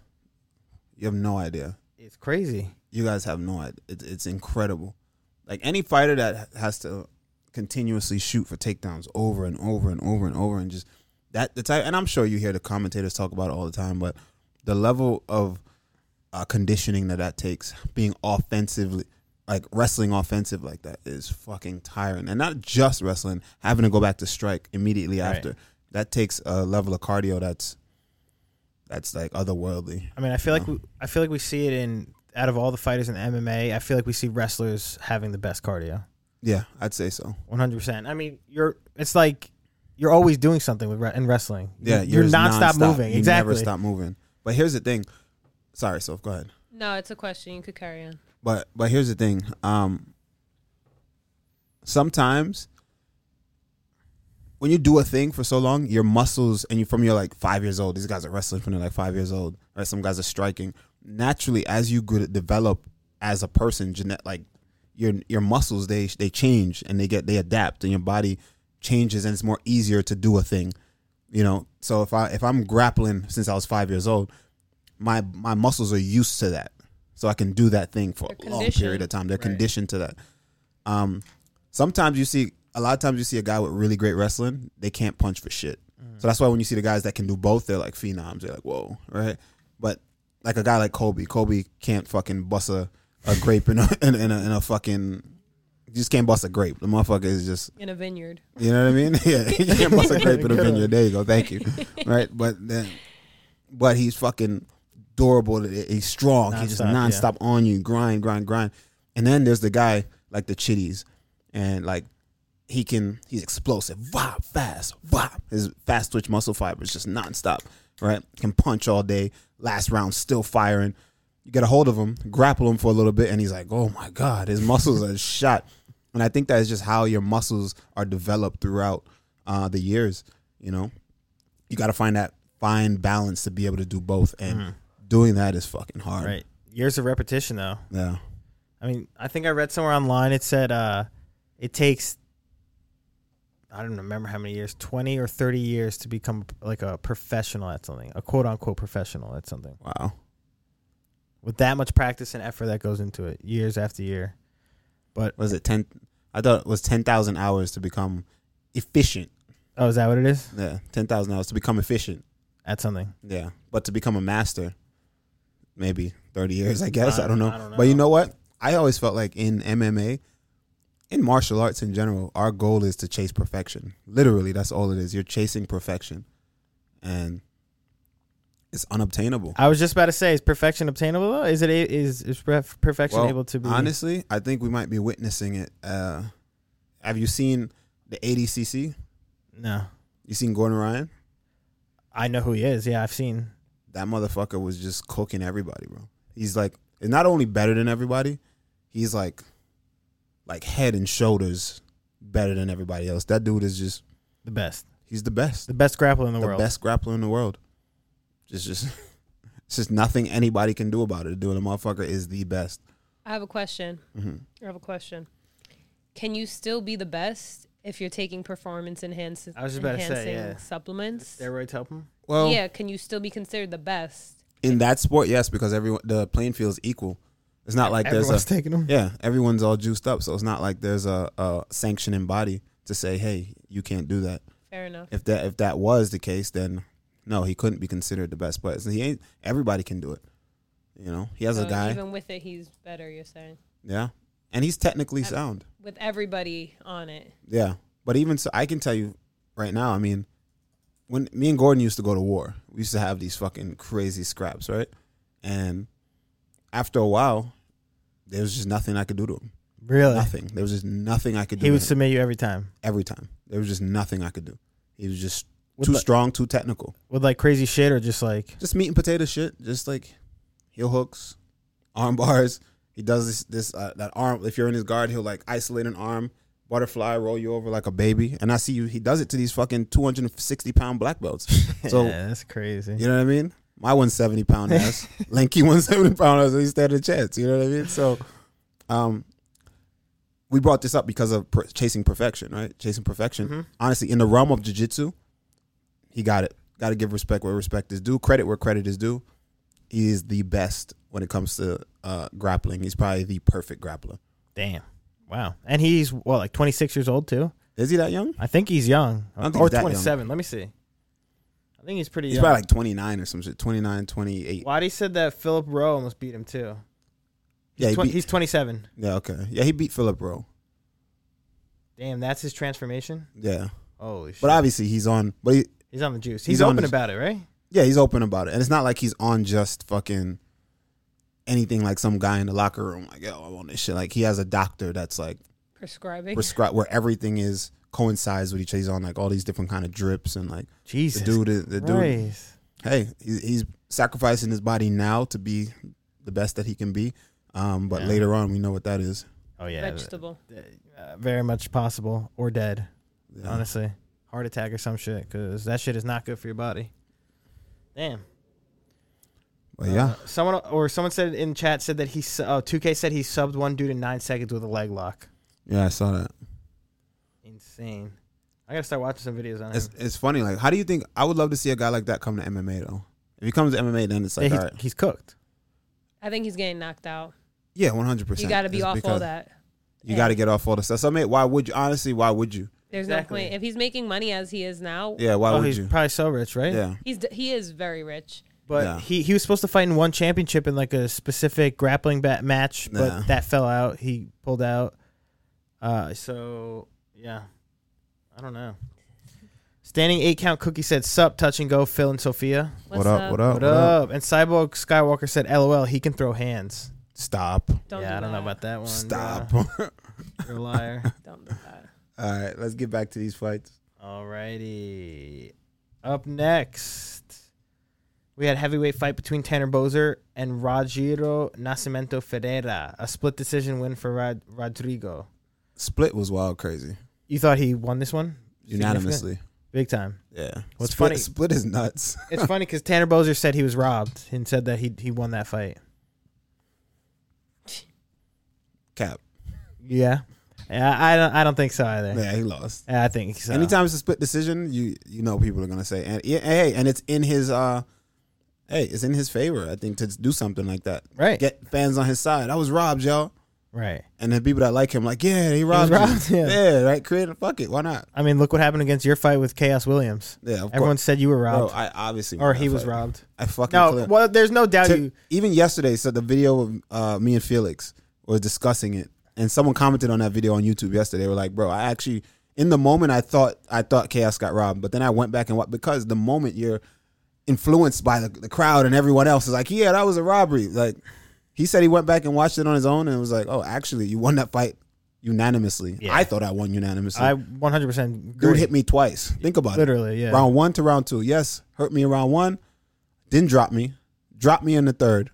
you have no idea. it's crazy. You guys have no idea. It's, it's incredible. Like any fighter that has to continuously shoot for takedowns over and over and over and over and just that the type. And I'm sure you hear the commentators talk about it all the time, but the level of uh, conditioning that that takes, being offensively like wrestling offensive like that is fucking tiring, and not just wrestling. Having to go back to strike immediately Right. after that takes a level of cardio that's that's like otherworldly. I mean, I feel like we, I feel like we see it in out of all the fighters in MMA, I feel like we see wrestlers having the best cardio. Yeah, I'd say so. 100%. I mean, you're it's like you're always doing something with re- in wrestling. Yeah, you're, yours nonstop, nonstop. moving. You exactly. never stop moving. But here's the thing. Sorry, Soph, go ahead. No, it's a question. You could carry on. But but here's the thing. Um, sometimes when you do a thing for so long, your muscles and you from you're like five years old. These guys are wrestling from they're like five years old. Right? Some guys are striking. Naturally, as you grow- develop as a person, genet like your your muscles they they change and they get they adapt and your body changes and it's more easier to do a thing. You know, so if I if I'm grappling since I was five years old, my my muscles are used to that, so I can do that thing for They're a long period of conditioned. time. They're Right. conditioned to that. Um, sometimes you see a lot of times you see a guy with really great wrestling, they can't punch for shit. Mm. So that's why when you see the guys that can do both, they're like phenoms. They're like whoa, right? But like a guy like Kobe, Kobe can't fucking bust a, a grape in a, in, a, in a in a fucking just can't bust a grape. The motherfucker is just In a vineyard. you know what I mean? Yeah, you can't bust a grape in a Good. vineyard. There you go. Thank you. Right, but then, but he's fucking durable. He's strong. he's just Nonstop, yeah. nonstop on you, grind, grind, grind. And then there's the guy like the Chitties, and like he can, he's explosive. Wow, fast. Wow, his fast twitch muscle fibers just nonstop. Right, can punch all day. Last round, still firing. You get a hold of him, grapple him for a little bit, and he's like, "Oh my god, his muscles are shot." And I think that is just how your muscles are developed throughout uh, the years. You know, you got to find that fine balance to be able to do both, and doing that is fucking hard. Right. Years of repetition though. Yeah. I mean, I think I read somewhere online it said uh it takes I don't remember how many years, 20 or 30 years to become like a professional at something, a quote unquote professional at something. Wow. with that much practice and effort that goes into it years after year. Was it ten? I thought it was ten thousand hours to become efficient. Oh, is that what it is? Yeah, ten thousand hours to become efficient. That's something. Yeah, but to become a master, maybe thirty years. I guess I- I don't know. I don't But you know. know what? I always felt like in MMA, in martial arts in general, our goal is to chase perfection. Literally, that's all it is. You're chasing perfection, and it's unobtainable. I was just about to say, is perfection obtainable? Though? Is it a, is is perf- perfection Well, able to be? Honestly, I think we might be witnessing it. Uh, have you seen the ADCC? No, You seen Gordon Ryan? I know who he is. Yeah, I've seen. That motherfucker was just cooking everybody, bro. He's like not only better than everybody, he's like like head and shoulders better than everybody else. That dude is just The best, he's the best. the best grappler in the, The world. best grappler in the world. It's just it's just nothing anybody can do about it. Dude, the motherfucker is the best. I have a question. Mhm. I have a question. Can you still be the best if you're taking performance enhancing I was just about to say, enhancing yeah. supplements? Steroids help him. Well, yeah, can you still be considered the best? in that sport, yes, because everyone the playing field is equal. It's not like there's a Everyone's taking him. Yeah, everyone's all juiced up, so it's not like there's a, a sanctioning body to say, "Hey, you can't do that." Fair enough. If that if that was the case, then no, he couldn't be considered the best. But he ain't. Everybody can do it. You know, he has So a guy. Oh, Even with it, he's better. You're saying yeah, and he's technically Ab- sound. with everybody on it. Yeah, but even so, I can tell you right now. I mean, when me and Gordon used to go to war, we used to have these fucking crazy scraps, right? And after a while, there was just nothing I could do to him. Really, Nothing. There was just nothing I could do. he to would him. submit you every time every time. There was just nothing I could do. He was just with, too li- strong, too technical. with like crazy shit or just like Just meat and potato shit. Just like heel hooks, arm bars. He does this this uh, that arm. If you're in his guard, he'll like isolate an arm, butterfly, roll you over like a baby. And I see you. He does it to these fucking 260 pound black belts. So- yeah, that's crazy. You know what I mean? My 170 pound ass, lanky 170 pound ass, he stand a chance. You know what I mean? So, um, we brought this up because of per- chasing perfection, right? Chasing perfection. Mhm. honestly, in the realm of jiu-jitsu, he got it. Got to give respect where respect is due, credit where credit is due. He is the best when it comes to uh, grappling. He's probably the perfect grappler. Damn. Wow. And he's what, like 26 years old too? Is he that young? I think he's young. don't think or he's that young. 27. Let me see. I think he's pretty He's young. probably like 29 or some shit, 29, 28. Waddy said that Philip Rowe almost beat him too. Yeah, he Twen- beat, he's 27. yeah, okay. Yeah, he beat Philip Rowe. Damn, that's his transformation. Yeah. Holy shit. But obviously he's on, but he, he's on the juice. He's, he's on open his- about it, right? Yeah, he's open about it, and it's not like he's on just fucking anything like some guy in the locker room like, yo, I want this shit. Like he has a doctor that's like Prescribing. prescribed where everything is coincides with each. other. He's on like all these different kind of drips and like the Jesus. dude, is- the dude. Christ. Hey, he's, he's sacrificing his body now to be the best that he can be. Um, but Yeah. later on, we know what that is. Oh yeah. vegetable. Uh, very much possible or dead, Yeah. honestly. Heart attack or some shit cuz that shit is not good for your body. Damn. But yeah, Uh, someone or someone said in chat said that he su- oh, 2K said he subbed one dude in 9 seconds with a leg lock. yeah, I saw that. Insane. I got to start watching some videos on him. It's it's funny. Like, how do you think? I would love to see a guy like that come to MMA though. If he comes to MMA, then it's Yeah, like, he's, all right, he's cooked. I think he's getting knocked out. yeah, one hundred percent. You got to be off all that. You Yeah. got to get off all the stuff. So, I mean, why would you? Honestly, why would you? There's Exactly. no point. If he's making money as he is now, Yeah, why oh, would he's you? probably so rich, right? Yeah, he's d- he is very rich. But Yeah. he he was supposed to fight in one championship in like a specific grappling bat match, but Nah. that fell out. He pulled out. Uh, so yeah, I don't know. Standing eight count cookie said sup touch and go Phil and Sophia. What's What up, what up? What up? And Cyborg Skywalker said LOL he can throw hands. stop, Don't yeah, do I don't know that. about that one. stop. bro. all You're a liar. Don't do that. right, let's get back to these fights. Alrighty. Up next, we had heavyweight fight between Tanner Bozer and Rogiro Nascimento Ferreira. A split decision win for Rod- Rodrigo. Split was wild, crazy, You thought he won this one? unanimously. Big time. Yeah. What's split, funny- Split is nuts. It's funny because Tanner Bozer said he was robbed and said that he he won that fight. Cap. Yeah. Yeah, I don't I don't think so either. Yeah, he lost. Yeah, I think so. Anytime it's a split decision, you you know people are gonna say, and yeah, hey, and it's in his uh, hey, it's in his favor. I think to do something like that, Right. get fans on his side. I was robbed, y'all. Right. And the people that like him, like, yeah, he robbed, robbed you. him. Yeah, right. Create a fuck it. Why not? I mean, look what happened against your fight with Chaos Williams. Yeah, of Everyone course. said you were Bro, robbed, I obviously or won he that was fight. robbed. I fucking No, clear- well, there's no doubt Ti- you. even yesterday, so the video of uh, me and Felix was discussing it, and someone commented on that video on YouTube yesterday. They were like, "Bro, I actually in the moment I thought I thought Chaos got robbed, but then I went back and what because the moment you're influenced by the, the crowd and everyone else is like, yeah, that was a robbery. Like he said, he went back and watched it on his own and was like, oh, actually, you won that fight unanimously. Yeah. I thought I won unanimously. I 100 percent Dude hit me twice. Think about it. Literally, yeah. Round one to round two. Yes, hurt me in round one, didn't drop me, dropped me in the third,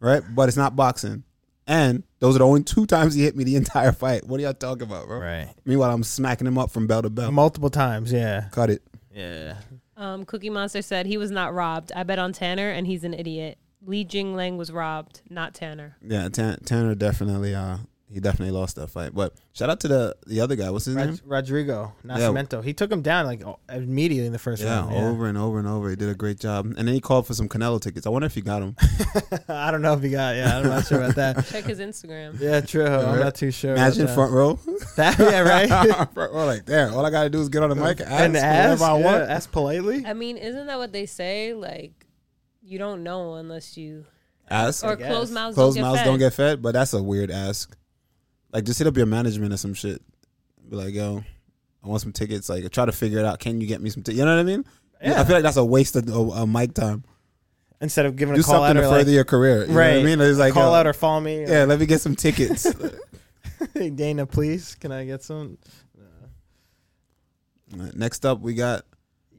right? But it's not boxing. And those are the only two times he hit me the entire fight. What are y'all talking about, bro? Right. Meanwhile, I'm smacking him up from bell to bell. Multiple times, yeah. Cut it. Yeah. Um, Cookie Monster said he was not robbed. I bet on Tanner, and he's an idiot. Lee Jing Lang was robbed, not Tanner. Yeah, Tan- Tanner definitely. Uh, he definitely lost that fight. But shout out to the the other guy. What's his name? Rodrigo Nascimento. He took him down like o- immediately in the first Yeah, round. over and over and over. He did a great job. And then he called for some Canelo tickets. I wonder if he got them. I don't know if he got. Yeah, I'm not sure about that. Check his Instagram. Yeah, true. I'm not too sure. about Imagine that. front row. That- yeah, right. front row like, damn, all I got to do is get on the mic and ask, and ask, whatever I yeah, want. ask politely. I mean, isn't that what they say? Like, you don't know unless you Ask. or guess. closed mouths Closed don't mouths get fed. don't get fed, but that's a weird ask. Like, just hit up your management or some shit. Be like, yo, I want some tickets. Like, try to figure it out. Can you get me some tickets? You know what I mean? Yeah. I feel like that's a waste of uh, uh, mic time. Instead of giving Do a call out something or to further like, your career. You know what right. I mean? It's like, call yo, out or follow me. or, yeah, let me get some tickets. Hey, Dana, please, can I get some? Next up, we got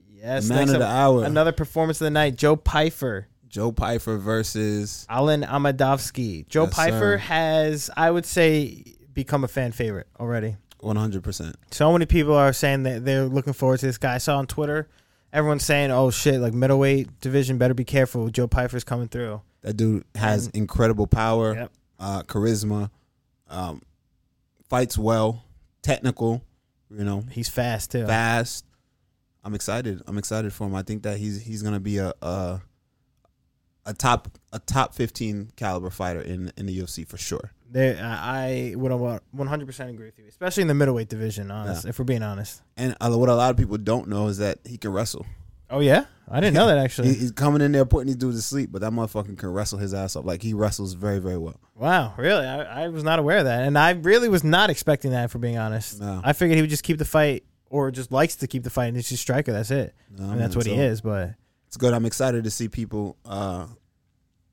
Yes, Man next of up, the hour. Another performance of the night: Joe Pfeiffer, Joe Piper versus. Alan Amadovsky. Joe Yes, Pfeiffer sir. has, I would say, become a fan favorite already. 100%. So many people are saying that they're looking forward to this guy. I saw on Twitter, everyone's saying, "Oh shit, like middleweight division, better be careful. Joe Pfeiffer's coming through." That dude has Mm. incredible power, Yep. uh, charisma, um, fights well, technical, you know, He's fast too. fast. I'm excited. I'm excited for him. I think that he's he's gonna be a a, a top a top 15 caliber fighter in in the UFC for sure. They, I I would 100 percent agree with you, especially in the middleweight division. Honest, if we're being honest. And uh, what a lot of people don't know is that he can wrestle. Oh yeah, I didn't know that He, actually. he's coming in there putting these dudes to sleep, but that motherfucker can wrestle his ass off. Like he wrestles very very well. wow, really? I, I was not aware of that, and I really was not expecting that. For being honest, No. I figured he would just keep the fight, or just likes to keep the fight, and he's just striker. That's it, No, and that's man, what he so- is. But it's good. I'm excited to see people uh,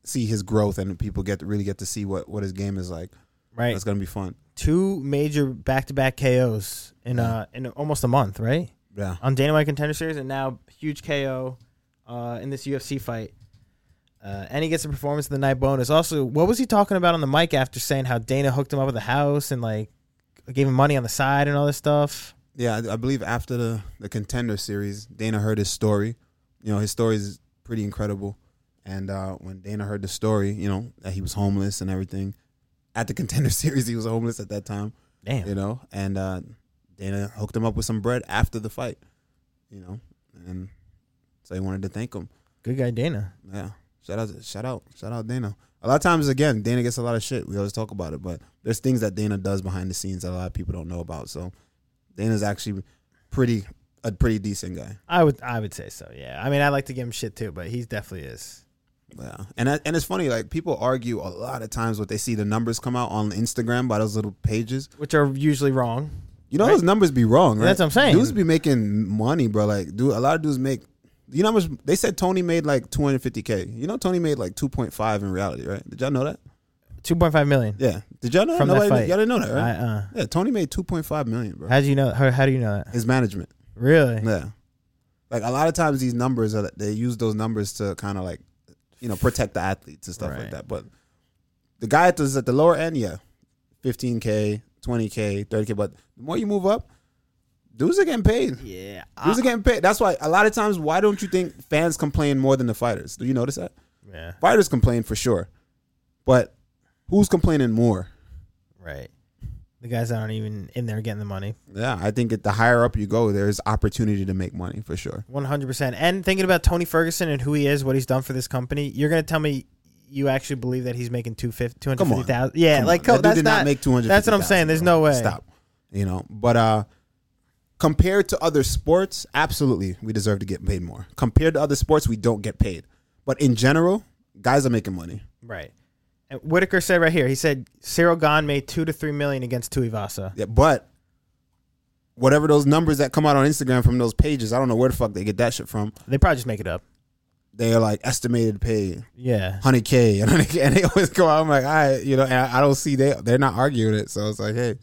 see his growth and people get to really get to see what what his game is like. right, That's gonna be fun. two major back-to-back KOs in uh in almost a month, right? Yeah, on Dana White Contender Series, and now huge KO uh, in this UFC fight. Uh, and he gets a performance of the night bonus. Also, what was he talking about on the mic after saying how Dana hooked him up with a house and like gave him money on the side and all this stuff? yeah. I, I believe after the the contender series, Dana heard his story. You know, his story is pretty incredible. And uh, when Dana heard the story, you know that he was homeless and everything. At the contender series, he was homeless at that time. Damn, You know, and uh, Dana hooked him up with some bread after the fight. You know, and so he wanted to thank him. good guy Dana. Yeah. Shout out, shout out, shout out Dana. A lot of times, again, Dana gets a lot of shit. We always talk about it, but there's things that Dana does behind the scenes that a lot of people don't know about. So Dana's actually pretty a pretty decent guy. I would I would say so. Yeah, I mean I like to give him shit too, but he definitely is. Yeah, and that, and it's funny like people argue a lot of times what they see the numbers come out on Instagram by those little pages. Which are usually wrong. You know Right. those numbers be wrong, right? That's what I'm saying. Dudes be making money, bro. Like, dude, a lot of dudes make. You know how much they said Tony made like 250k. You know Tony made like 2.5 in reality, right? Did y'all know that? Two point five million. Yeah. Did y'all know? From that Nobody, fight. Y'all didn't know that, right? I, uh, Yeah, Tony made two point five million, bro. how do you know? How, how do you know that? His management. Really? Yeah, like a lot of times these numbers are they use those numbers to kind of like, you know, protect the athletes and stuff Right. like that. But the guy at the, at the lower end, yeah, fifteen k, twenty k, thirty k. But the more you move up, dudes are getting paid. Yeah. Dudes are getting paid. That's why a lot of times, why don't you think fans complain more than the fighters? Do you notice that? yeah. Fighters complain for sure, but who's complaining more? Right. The guys that aren't even in there getting the money. Yeah, I think that the higher up you go, there's opportunity to make money for sure. One hundred percent. And thinking about Tony Ferguson and who he is, what he's done for this company, you're gonna tell me you actually believe that he's making two fifty, two hundred Come fifty on. thousand? Yeah, Come like on. come, that that's dude did not, make two hundred. That's what I'm saying. There's no way. Stop. You know, but uh, compared to other sports, absolutely, we deserve to get paid more. Compared to other sports, we don't get paid. But in general, guys are making money. Right. And Whitaker said right here. He said Cyril Gahn made two to three million against Tuivasa. Yeah, but whatever those numbers that come out on Instagram from those pages, I don't know where the fuck they get that shit from. They probably just make it up. They are like estimated pay Yeah. hundred k, and 100K, and they always go out. I'm like, all right, you know, and I I don't see they they're not arguing it, so it's like, hey,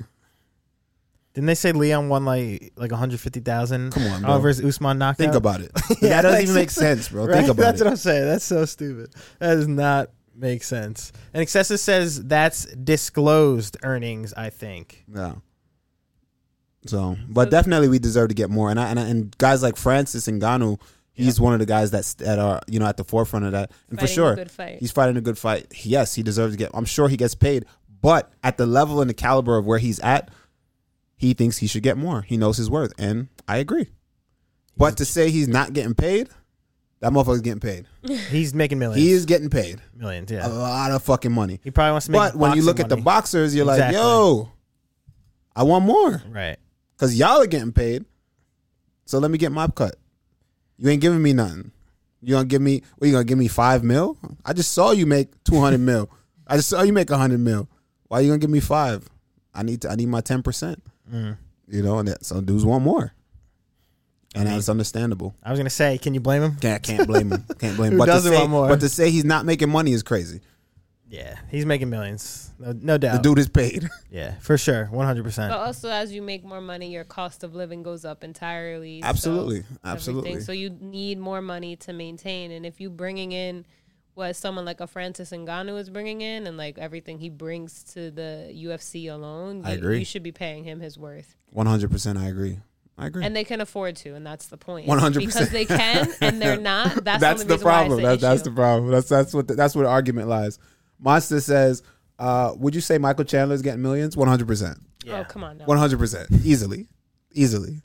Didn't they say Leon won like like one hundred fifty thousand? Come on, uh, bro. versus Usman knockout. think about it. that doesn't even make sense, bro. Think Right? about that's it. what I'm saying. That's so stupid. That does not make sense. And Excessa says that's disclosed earnings. I think. Yeah. So, but definitely we deserve to get more. And I, and I, and guys like Francis Ngannou, he's one of the guys that's that are you know at the forefront of that. And for Fighting a sure, good fight. he's fighting a good fight. Yes, he deserves to get. I'm sure he gets paid, but at the level and the caliber of where he's at, he thinks he should get more. He knows his worth, and I agree. But to say he's not getting paid, that motherfucker's getting paid. He's making millions. He is getting paid millions. a Yeah. lot of fucking money. He probably wants to make. But when you boxing look at the money. boxers, you're like, Exactly. yo, I want more right? because y'all are getting paid. So let me get my cut. You ain't giving me nothing. You gonna give me? What you gonna give me five mil? I just saw you make two hundred mil. I just saw you make hundred mil. Why you gonna give me five? I need to, I need my ten percent. You know, and that, some dudes want more, and that's understandable. I was gonna say, can you blame him? Can't can't blame him. Can't blame him. Who but doesn't to say, want more? But to say he's not making money is crazy. Yeah, he's making millions. No, no doubt. The dude is paid. Yeah, for sure, one hundred But percent. also, as you make more money, your cost of living goes up entirely. so Absolutely, everything. absolutely. So you need more money to maintain. And if you bringing in what someone like a Francis Ngannou is bringing in, and like everything he brings to the UFC alone, I you, agree. you should be paying him his worth. One hundred percent. I agree. I agree. And they can afford to, and that's the point. 100%. because they can, and they're not. That's, that's the, the reason why it's problem. an That's, that's the issue. problem. That's that's what the, that's where the argument lies. Monster says, uh, "Would you say Michael Chandler's getting millions? One hundred percent. Yeah. Oh come on, now. One hundred percent. Easily, easily.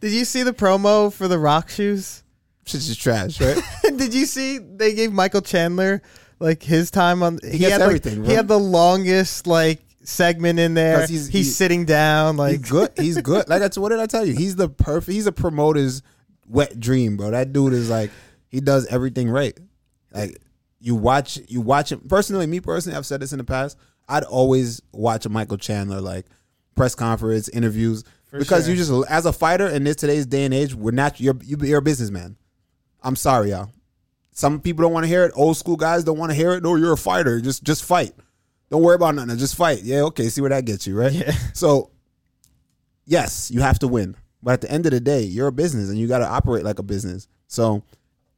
Did you see the promo for the rock shoes? Shit's just trash, right? Did you see they gave Michael Chandler like his time on? He, gets had like- everything, bro. he had the longest like segment in there. 'Cause He's, he's- he- sitting down he's like good. He's good. Like I t- what did I tell you? He's the perfect. He's a promoter's wet dream, bro. That dude is like he does everything right. Like you watch you watch him personally. Me personally, I've said this in the past. I'd always watch a Michael Chandler like press conference interviews because sure. you just as a fighter in this today's day and age, we're not you're you- you're a businessman. I'm sorry, y'all. Some people don't want to hear it. Old school guys don't want to hear it. No, you're a fighter. Just just fight. Don't worry about nothing. Just fight. Yeah, okay. See where that gets you, right? Yeah. So, yes, you have to win. But at the end of the day, you're a business and you got to operate like a business. So,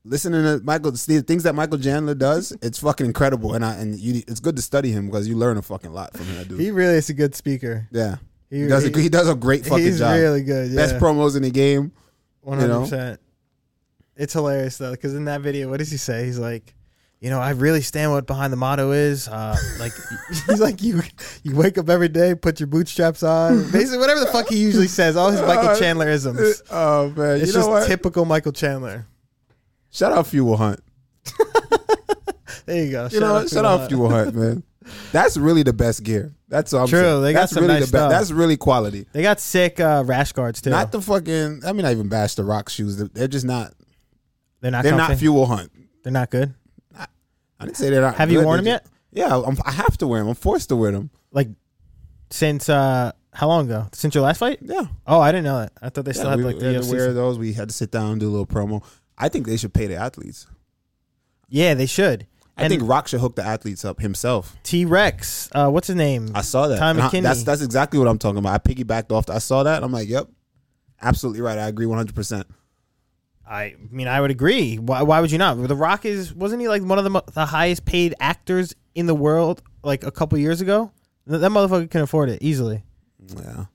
listening to Michael, the things that Michael Chandler does, it's fucking incredible. And I and you, it's good to study him because you learn a fucking lot from that dude. he really is a good speaker. yeah, he, he- does. A, he does a great fucking He's job. really good. Yeah. Best promos in the game. One you hundred know? percent. It's hilarious though, because in that video, what does he say? He's like, you know, I really stand what behind the motto is. Uh, like, he's like, you you wake up every day, put your bootstraps on, basically whatever the fuck he usually says. All his Michael Chandlerisms. Oh man, It's you know just what? typical Michael Chandler. shout out Fuel Hunt. There you go. You know, to shut the- off Fuel Hunt, man. That's really the best gear. That's all I'm True, saying. they got That's some really nice the stuff. best. That's really quality. They got sick uh, rash guards too. Not the fucking. I mean, I even bash the rock shoes. They're- They're just not. they're not. They're comfy. not fuel hunt. They're not good. I didn't say they're not. Have you good, worn them they're yet? just- Yeah, I'm, I have to wear them. I'm forced to wear them. Like, since uh, how long ago? Since your last fight? Yeah, Oh, I didn't know that. I thought they still yeah had we, like the we had to UFC wear those. We had to sit down and do a little promo. I think they should pay the athletes. Yeah, they should. I think Rock should hook the athletes up himself. T Rex. Uh, what's his name? I saw that. Tom And I- McKinney. that's that's exactly what I'm talking about. I piggybacked off. The, I saw that. and I'm like, yep, absolutely right. I agree 100. percent I mean, I would agree. Why, why would you not? The Rock is wasn't he like one of the mo- the highest paid actors in the world like a couple years ago? Th- That motherfucker can afford it easily. Yeah.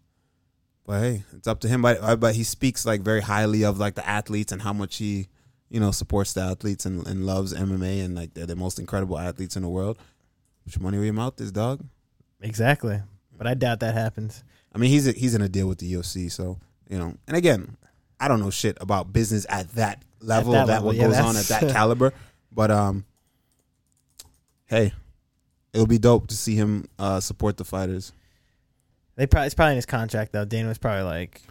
But hey, it's up to him. But uh, but he speaks like very highly of like the athletes and how much he, you know, supports the athletes and, and loves MMA and like they're the most incredible athletes in the world. Which money where your mouth is, dog. Exactly. But I doubt that happens. I mean, he's he's in a deal with the UFC, so you know. And again, I don't know shit about business at that level, that that, level, what yeah, goes on at that's- that caliber. But um, hey, it'll be dope to see him uh, support the fighters. They probably it's probably in his contract though. Dana was probably like,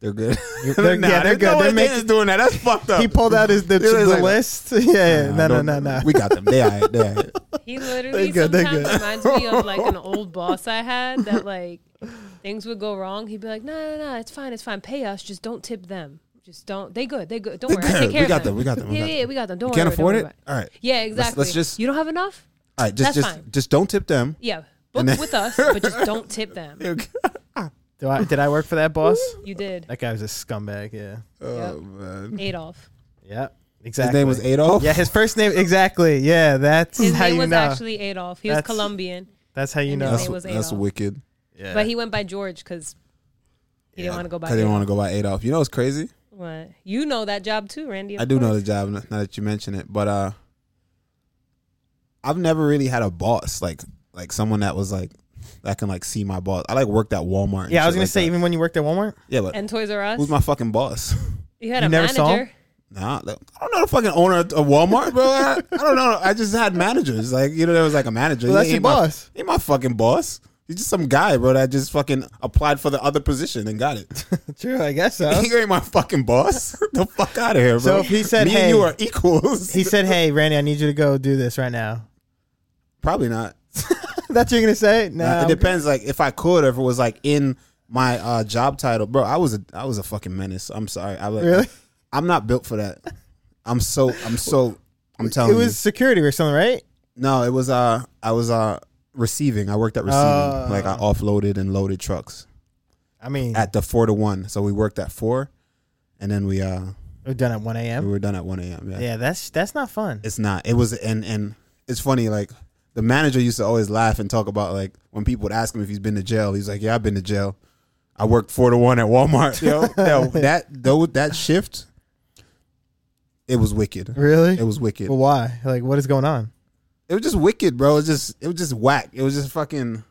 They're good. You're- they're- yeah, they're there's no good. way They're making- Dana's doing that. That's fucked up. he pulled out his the, He was the like- list. Yeah, no, Nah, no, don't- no, no. We got them. They all right. They all right. He literally Thank God, thank sometimes God. reminds me of like an old boss I had that like things would go wrong. He'd be like, "No, no, no, it's fine, it's fine. Pay us, just don't tip them. Just don't. They good. They good. Don't worry. I take care We of got them. them. We got them. We yeah, got yeah, them. we got them. Don't You worry. can't don't afford worry it. about All right. Yeah, let's exactly. just- You don't have enough. All right. Just That's just fine. just don't tip them. Yeah, book And then- with us, but just don't tip them. Do I, did I work for that boss? You did. That guy was a scumbag. Yeah. Oh man. Adolf. Yep. His Exactly. name was Adolf. Yeah, his first name exactly. Yeah, that's His how name you was know. actually Adolf. He was That's- Colombian, that's how you and know. his That's name was that's Adolf. wicked. yeah. but he went by George because he didn't want to go by. I didn't Adolf. want to go by Adolf. You know what's crazy? What? You know that job too, Randy. of I do know course. the job n- now that you mention it, but uh, I've never really had a boss like like someone that was like that can like see my boss. I like worked at Walmart. and yeah, I was shit gonna like say that. even when you worked at Walmart. yeah, but And Toys R Us. who's my fucking boss? you had You a never manager. saw him? Nah, like, I don't know the fucking owner of Walmart, bro. I, I don't know. I just had managers. Like, you know, there was like a manager. Well, that's He ain't your my- boss. he ain't my fucking boss. He's just some guy, bro, that just fucking applied for the other position and got it. True, I guess so. he ain't my fucking boss. the fuck out of here, So bro. if he said, Me "Hey," and you are equals. he said, "Hey, Randy, I need you to go do this right now." Probably not. That's what you're gonna say? No, Nah, I'm it good. depends. Like if I could, or if it was like in my uh, job title, bro. I was a I was a fucking menace. I'm sorry. I like, Really? I'm not built for that. I'm so I'm so I'm telling It you. was security or something, right? No, it was uh I was uh receiving. I worked at receiving. Oh. like I offloaded and loaded trucks I mean, at the four to one. So we worked at four, and then we uh it was done at 1 we a.m. were done at one a.m. Yeah. Yeah, that's that's not fun. it's not. It was and and it's funny like. The manager used to always laugh and talk about like when people would ask him if he's been to jail. He's like, "Yeah, I've been to jail. I worked four to one at Walmart. Yo, yo that though that shift, it was wicked. Really? It was wicked. Well, why? Like, what is going on? It was just wicked, bro. It was just it was just whack. It was just fucking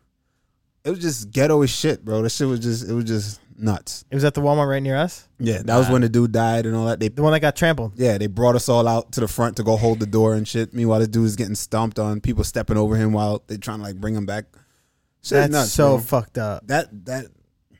it was just ghetto as shit, bro. That shit was just it was just nuts. It was at the Walmart right near us. Yeah, that was when the dude died and all that. They The one that got trampled. yeah, they brought us all out to the front to go hold the door and shit. Meanwhile, the dude is getting stomped on, people stepping over him while they trying to like bring him back. Shit That's nuts, so bro. fucked up. that that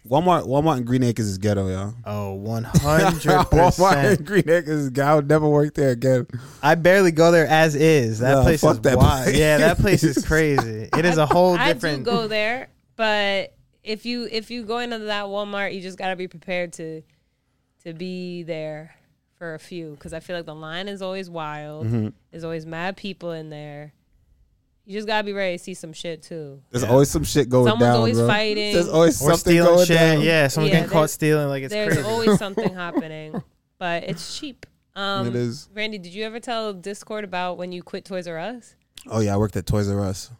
Walmart Walmart and Green Acres is ghetto, y'all. Oh, Walmart 100%. and Green Acres is ghetto. I would never work there again. I barely go there as is. That No, place fuck is that wild. place. Yeah, that place is crazy. It is a whole I different. do go there, but if you if you go into that Walmart, you just got to be prepared to to be there for a few because I feel like the line is always wild. Mm-hmm. There's always mad people in there. You just gotta be ready to see some shit too. There's always some shit going Someone's down. always bro. fighting. There's always or something stealing going shit. down. Yeah, someone's Yeah, getting caught there's- stealing. Like it's There's crazy. always something happening, but it's cheap. Um, It is. Randy, did you ever tell Discord about when you quit Toys R Us? Oh yeah, I worked at Toys R Us.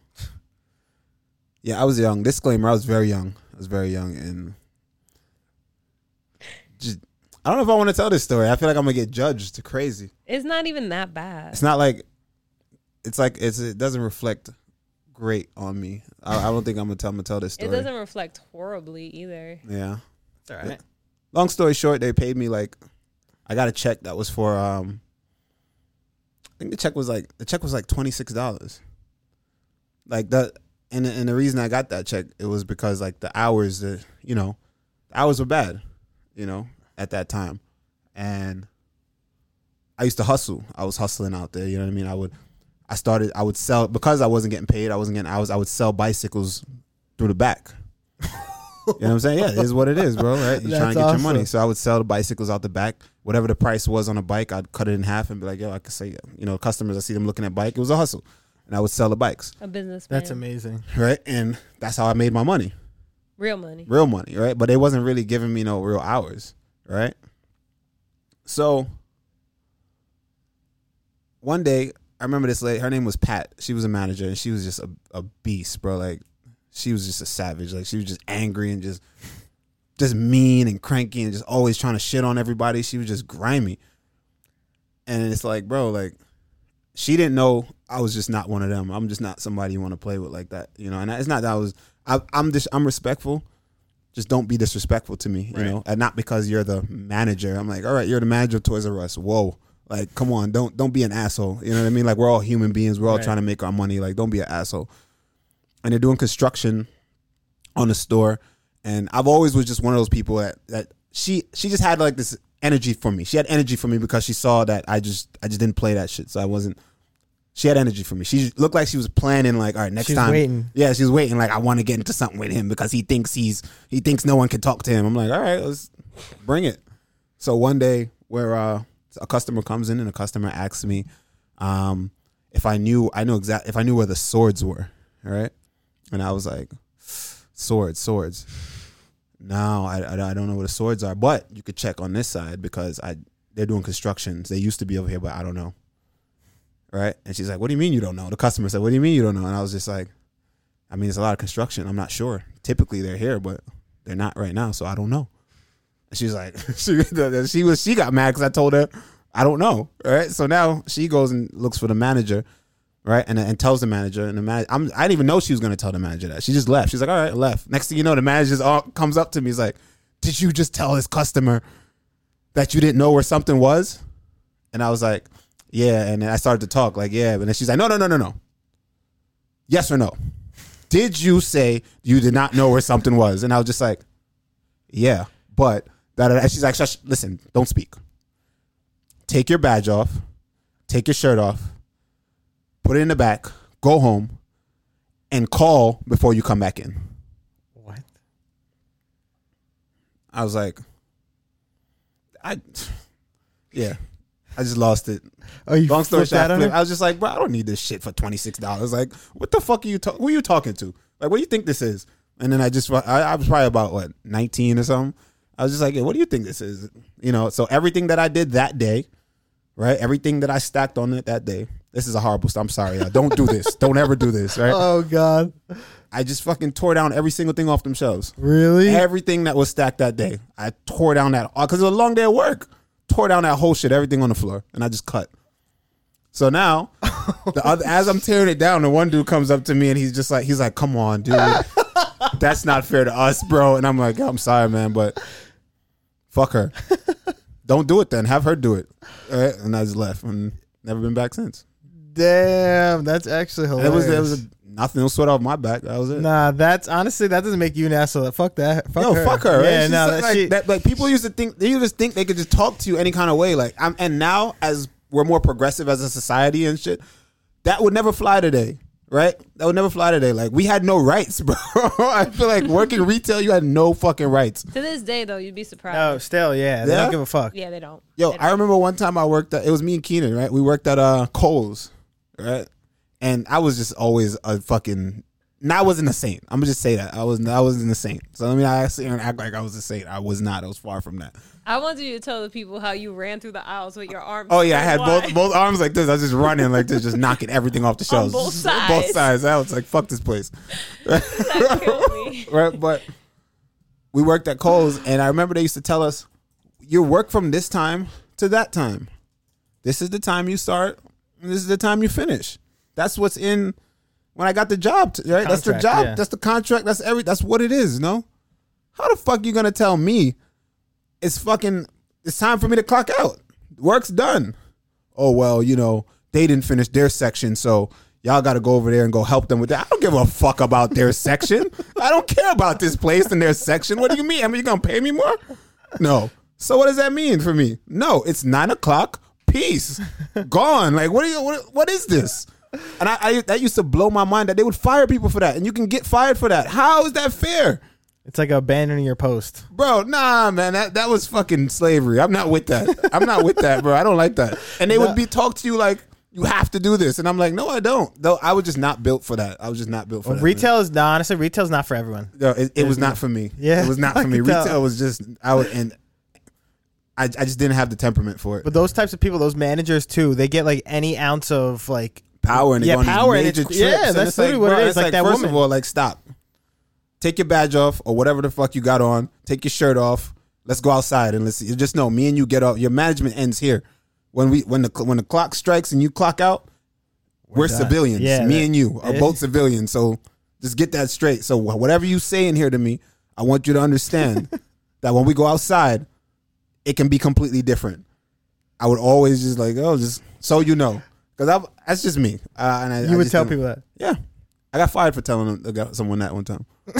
Yeah, I was young. Disclaimer: I was very young. I was very young, and just, I don't know if I want to tell this story. I feel like I'm gonna get judged. Crazy. It's not even that bad. It's not like it's like it's it doesn't reflect great on me. I, I don't think I'm gonna tell. I'm gonna tell this It story. doesn't reflect horribly either. Yeah. It's all right. long story short, they paid me like I got a check that was for um I think the check was like the check was like twenty six dollars. Like that and and the reason I got that check it was because like the hours that you know the hours were bad, you know, at that time. And I used to hustle. I was hustling out there, you know what I mean? I would I started I would sell because I wasn't getting paid, I wasn't getting hours, I would sell bicycles through the back. You know what I'm saying? Yeah, it is what it is, bro. Right? You're That's trying to get awesome. your money. So I would sell the bicycles out the back. Whatever the price was on a bike, I'd cut it in half and be like, yo, I could say, you know, customers, I see them looking at bike. It was a hustle. And I would sell the bikes, A businessman. That's amazing. right? And that's how I made my money, Real money. real money, right? But they wasn't really giving me no real hours, right? So one day, I remember this lady, her name was Pat. She was a manager and she was just a, a beast, bro. Like, she was just a savage. Like, she was just angry and just just mean and cranky and just always trying to shit on everybody. She was just grimy. And it's like, bro, like she didn't know I was just not one of them. I'm just not somebody you want to play with like that, you know. And it's not that I was I, I'm just I'm respectful. Just don't be disrespectful to me, you know. And not because you're the manager. I'm like, all right, you're the manager of Toys R Us. Whoa, Like, come on, don't don't be an asshole. You know what I mean? Like, we're all human beings. We're all Right. trying to make our money. Like, don't be an asshole. And they're doing construction on a store, and I've always was just one of those people that that she she just had like this energy for me. She had energy for me because she saw that I just I just didn't play that shit, so I wasn't. She had energy for me. She looked like she was planning. Like, all right, next She was time, waiting. yeah, she was waiting. Like, I want to get into something with him because he thinks he's he thinks no one can talk to him. I'm like, all right, let's bring it. So one day, where uh, a customer comes in and a customer asks me, um, if I knew, I know exact if I knew where the swords were, all right, and I was like, swords, swords. No, I, I, I don't know where the swords are, but you could check on this side because I they're doing constructions. They used to be over here, but I don't know. Right? And she's like, "What do you mean you don't know?" The customer said, "What do you mean you don't know?" And I was just like, "I mean, it's a lot of construction. I'm not sure. Typically they're here, but they're not right now, so I don't know." And she's like, she, she was she got mad because I told her I don't know. Right? So now she goes and looks for the manager. Right and and tells the manager and the manager I'm, I didn't even know she was gonna tell the manager that she just left she's like all right I left next thing you know the manager all comes up to me he's like did you just tell this customer that you didn't know where something was? And I was like, yeah. And then I started to talk like, yeah. And then she's like, no, no, no, no, no. Yes or no? Did you say you did not know where something was? And I was just like, yeah, but that. And she's like, shush, listen, don't speak. Take your badge off, take your shirt off, put it in the back, go home, and call before you come back in. What? I was like, I, yeah, I just lost it. Oh, you Long story flipped short, out I, on flipped- her? I was just like, bro, I don't need this shit for twenty six dollars. Like, what the fuck are you? talking? who are you talking to? Like, what do you think this is? And then I just, I, I was probably about what nineteen or something. I was just like, yeah, what do you think this is? You know, so everything that I did that day, right? Everything that I stacked on it that day. This is a horrible. st- I'm sorry. y'all. Don't do this. don't ever do this. Right? Oh God, I just fucking tore down every single thing off them shelves really? everything that was stacked that day. I tore down that because it was a long day of work. Tore down that whole shit, everything on the floor, and I just cut. So now, the other, as I'm tearing it down, the one dude comes up to me and he's just like, he's like, "Come on, dude, that's not fair to us, bro." And I'm like, "I'm sorry, man, but fuck her. Don't do it then. Have her do it." All right? And I just left and never been back since. Damn, that's actually It hilarious. was it was nothing was sweat off my back. That was it. Nah, that's honestly that doesn't make you an asshole. Fuck that. Fuck No, her. fuck her. Yeah, right? no, She's that like, shit. that- like people used to think they used to think they could just talk to you any kind of way. Like, I'm, and now as we're more progressive as a society and shit, that would never fly today, right? That would never fly today. Like, we had no rights, bro. I feel like working retail, you had no fucking rights. To this day, though, you'd be surprised. no, Oh, still, yeah, they Yeah? don't give a fuck. Yeah, they don't. Yo, They I remember one time I worked at it was me and Keenan, right? We worked at uh Cole's, right? And I was just always a fucking and I wasn't a saint. I'm gonna just say that. I was I wasn't a saint. So let me not sit here and act like I was a saint. I was not. I was far from that. I wanted you to tell the people how you ran through the aisles with your arms. Oh yeah, I had spread wide. both both arms like this. I was just running like this, just knocking everything off the shelves. both both sides. sides. I was like, fuck this place. That killed me. right? But we worked at Kohl's, and I remember they used to tell us, "You work from this time to that time. This is the time you start. And this is the time you finish. That's what's in." When I got the job, t- right? that's the Contract, job. yeah. That's the contract. That's every. That's what it is. No, how the fuck you gonna tell me it's fucking? It's time for me to clock out. Work's done. Oh well, you know they didn't finish their section, so y'all got to go over there and go help them with that. I don't give a fuck about their section. I don't care about this place and their section. What do you mean? I mean, you gonna pay me more? No. So what does that mean for me? No, it's nine o'clock. Peace. Gone. Like what? Are you, what, what is this? And I, I that used to blow my mind that they would fire people for that, and you can get fired for that. How is that fair? It's like abandoning your post. Bro, nah, man, that, that was fucking slavery. I'm not with that. I'm not with that, bro. I don't like that. And they would be talk to you like, you have to do this. And I'm like, no, I don't. Though I was just not built for that. I was just not built for that. man. Retail is nah, honestly, retail's not for everyone. No, it, it was not for me. Yeah, It was not I for me. can tell. Retail was just, I was, and I, I just didn't have the temperament for it. But those types of people, those managers too, they get like any ounce of like power and they Yeah, go on power and these major it's- trips. yeah, and that's it's like, literally what bro, it is, it's like Like, that first woman. of all, like stop, take your badge off or whatever the fuck you got on. Take your shirt off. Let's go outside and let's you just know me and you get off. Your management ends here. When we when the cl- when the clock strikes and you clock out, we're, done. civilians. Yeah, me that- and you are yeah. both civilians. So just get that straight. So wh- whatever you say in here to me, I want you to understand that when we go outside, it can be completely different. I would always just like, oh, just so you know, because I that's just me. Uh, and I, You I would just tell didn't- people that. Yeah, I got fired for telling the guy- someone that one time.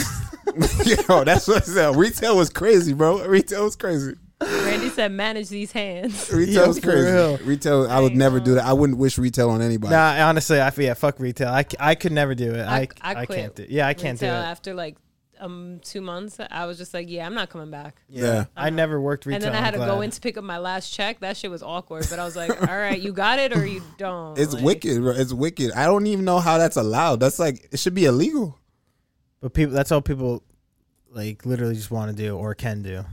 Yo, that's what I said. Retail was crazy, bro. Retail was crazy. Randy said, manage these hands. Retail Yo, was for crazy. real. Retail, I would I never know. do that. I wouldn't wish retail on anybody. Nah, honestly, I yeah, fuck retail. I, c- I could never do it. I, I, I quit can't do. Yeah, I can't do it. Retail After like um two months, I was just like, yeah, I'm not coming back. Yeah. I never worked retail. and then I had to I'm go glad. in to pick up my last check. That shit was awkward, but I was like, all right, you got it or you don't. It's Like, wicked, bro. It's wicked. I don't even know how that's allowed. That's like it should be illegal. But people, that's all people like literally just want to do or can do.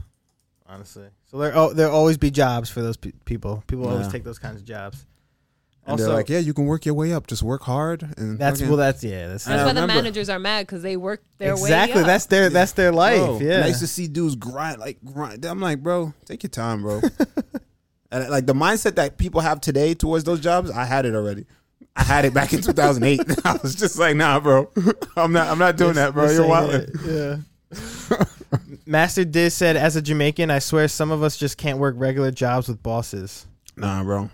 Honestly, so there oh, there'll always be jobs for those pe- people. People always Yeah. take those kinds of jobs. And Also, they're like, yeah, you can work your way up. Just work hard, and that's fucking- well, that's yeah, that's I That's why the remember. managers are mad because they work their exactly way up. that's their that's their life. Bro, And I yeah, used to see dudes grind, like grind. I'm like, bro, take your time, bro. and like the mindset that people have today towards those jobs, I had it already. I had it back in 2008. I was just like, nah, bro. I'm not. I'm not doing that, bro. This You're ain't wild. it. Yeah. Master Diz said, "As a Jamaican, I swear some of us just can't work regular jobs with bosses." Nah, bro.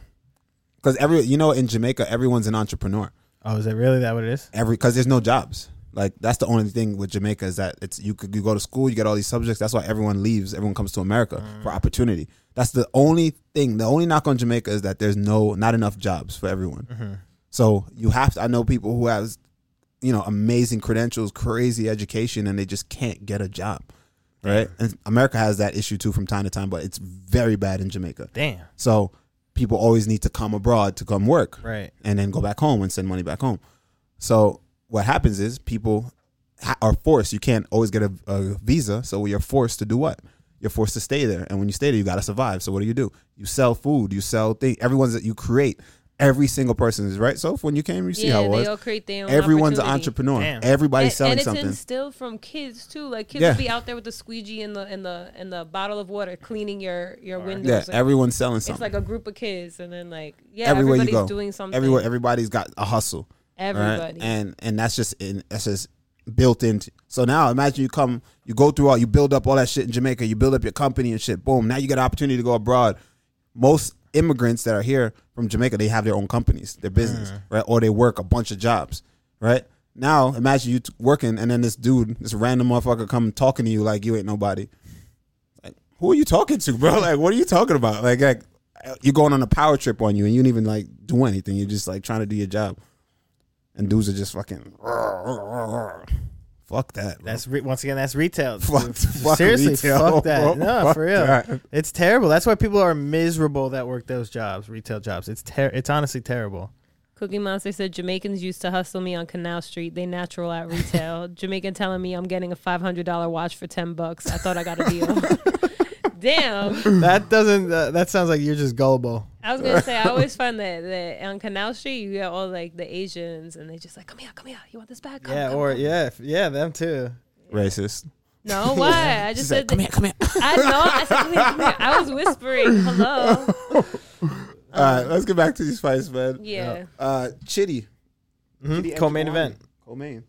Because every, you know, in Jamaica, everyone's an entrepreneur. Oh, is that really that what it is? every because there's no jobs. Like that's the only thing with Jamaica is that it's you could you go to school, you get all these subjects. That's why everyone leaves. Everyone comes to America for opportunity. That's the only thing. The only knock on Jamaica is that there's no not enough jobs for everyone. So you have to. I know people who have you know amazing credentials, crazy education, and they just can't get a job. Right, and America has that issue too from time to time, but it's very bad in Jamaica. Damn. So people always need to come abroad to come work Right. and then go back home and send money back home. So what happens is people ha- are forced. You can't always get a, a visa, so you're forced to do what? You're forced to stay there, and when you stay there, you gotta survive. So what do you do? You sell food, you sell things. Everyone's that you create, every single person is right. So when you came, you see yeah, how it they was. all create their own Everyone's an opportunity. entrepreneur. Damn. Everybody's and, selling and it's something. instilled from kids too. Like kids Yeah. will be out there with the squeegee and the and the and the bottle of water, cleaning your your windows. yeah, Like, everyone's selling it's something. like a group of kids, and then like yeah, Everywhere you everybody's go, doing something. Everywhere, everybody's got a hustle. All right? everybody. And and that's just in that's just built into. So now imagine you come, you go through all, you build up all that shit in Jamaica, you build up your company and shit. Boom. Now you got an opportunity to go abroad. Most immigrants that are here from Jamaica, they have their own companies, their business, right? Or they work a bunch of jobs, right? Now imagine you t- working and then this dude, this random motherfucker, come talking to you like you ain't nobody. Like, who are you talking to, bro? Like, what are you talking about? Like, like you're going on a power trip on you, and you don't even like do anything. You're just like trying to do your job and dudes are just fucking fuck that. Bro. That's re- once again that's retail. Fuck- fuck Seriously, retail, fuck that. bro. No, Fuck for real, that. it's terrible. That's why people are miserable that work those jobs, retail jobs. It's ter- it's honestly terrible. Cookie Monster said Jamaicans used to hustle me on Canal Street. They natural at retail. Jamaican telling me I'm getting a five hundred dollar watch for ten bucks. I thought I got a deal. Damn, that doesn't. Uh, that sounds like you're just gullible. I was gonna say I always find that, that on Canal Street you get all like the Asians and they just like come here, come here. You want this bag? Come, Yeah, come, or come." yeah, f- yeah, them too. racist. no, why? I She just said, said "Come that- here, come here." I know. I said come here, come here. I was whispering hello. All right, let's get back to these fights, man. Yeah. Uh, Chitty, Mhm. Co-main event, Co-main.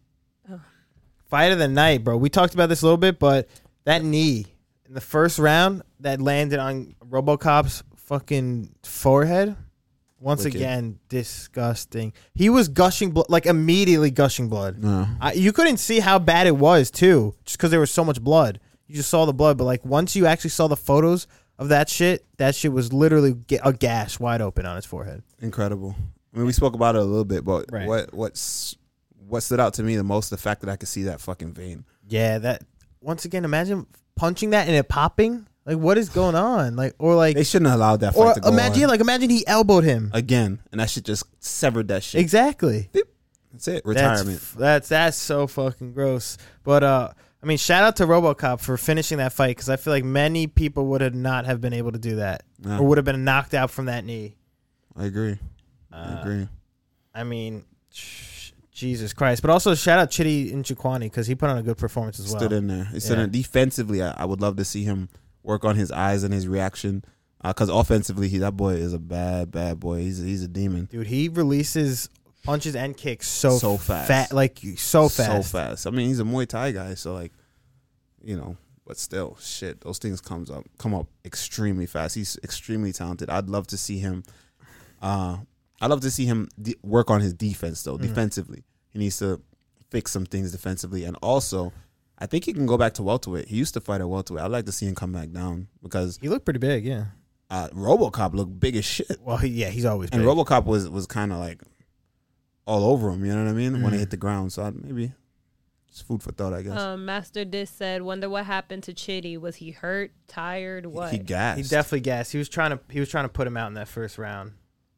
fight of the night, bro. We talked about this a little bit, but that knee in the first round that landed on RoboCop's fucking forehead. Once Wicked. again, disgusting. He was gushing blood, like immediately gushing blood. No, I, you couldn't see how bad it was too, just because there was so much blood. You just saw the blood, but like once you actually saw the photos of that shit, that shit was literally ga- a gash wide open on his forehead. incredible. I mean, we spoke about it a little bit, but Right. what what's what stood out to me the most the fact that I could see that fucking vein. Yeah, that once again, imagine punching that and it popping. Like what is going on? Like or like They shouldn't have allowed that fight or to go imagine on like imagine he elbowed him. again, and that shit just severed that shit. Exactly. That's it. That's, Retirement. f- that's that's so fucking gross. But uh I mean shout out to RoboCop for finishing that fight cuz I feel like many people would have not have been able to do that Yeah. or would have been knocked out from that knee. I agree. uh, I agree. I mean sh- Jesus Christ. But also shout out Chitty and Chiquani cuz he put on a good performance as well. stood in there. He stood Yeah. in defensively. I, I would love to see him work on his eyes and his reaction. Because offensively, he that boy is a bad, bad boy. He's he's a demon. Dude, he releases punches and kicks so So f- fast. fat like so fast. so fast. I mean, he's a Muay Thai guy, so like, you know, But still, shit, those things comes up come up extremely fast. He's extremely talented. I'd love to see him. Uh, I'd love to see him de- work on his defense Mm. though. Defensively, he needs to fix some things defensively, and also, I think he can go back to welterweight. He used to fight at welterweight. I'd like to see him come back down because He looked pretty big, yeah. uh, RoboCop looked big as shit. Well, he, yeah, he's always big. And RoboCop was was kind of like all over him. You know what I mean? When Mm. he hit the ground, so I'd maybe it's food for thought. I guess Um, Master Dis said, "Wonder what happened to Chitty? Was he hurt, tired, what?" he gassed. he definitely gassed. He was trying to he was trying to put him out in that first round.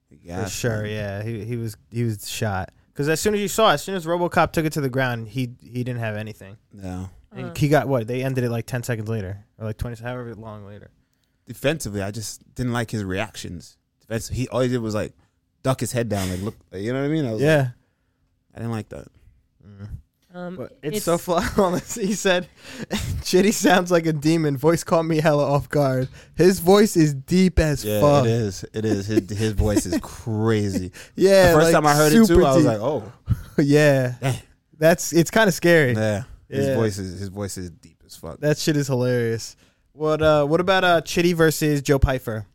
He For gassed, sure, man. yeah. He he was he was shot. Because as soon as you saw, as soon as RoboCop took it to the ground, he he didn't have anything. Yeah. Uh, And he got what? They ended it like ten seconds later, or like twenty, however long later. Defensively, I just didn't like his reactions. Defensive, he all he did was like duck his head down, like look. You know what I mean? I was like, Yeah, Mm. I didn't like that. um, but it's, so flawless. He said, "Chitty sounds like a demon." Voice caught me hella off guard. His voice is deep as Yeah, fuck. it is. It is. His his voice is crazy. Yeah, the first like, time I heard it super too, I was deep. like, oh, yeah, Damn. that's it's kind of scary. yeah. His Yeah. voice is his voice is deep as fuck. That shit is hilarious. What uh what about uh Chitty versus Joe Piper?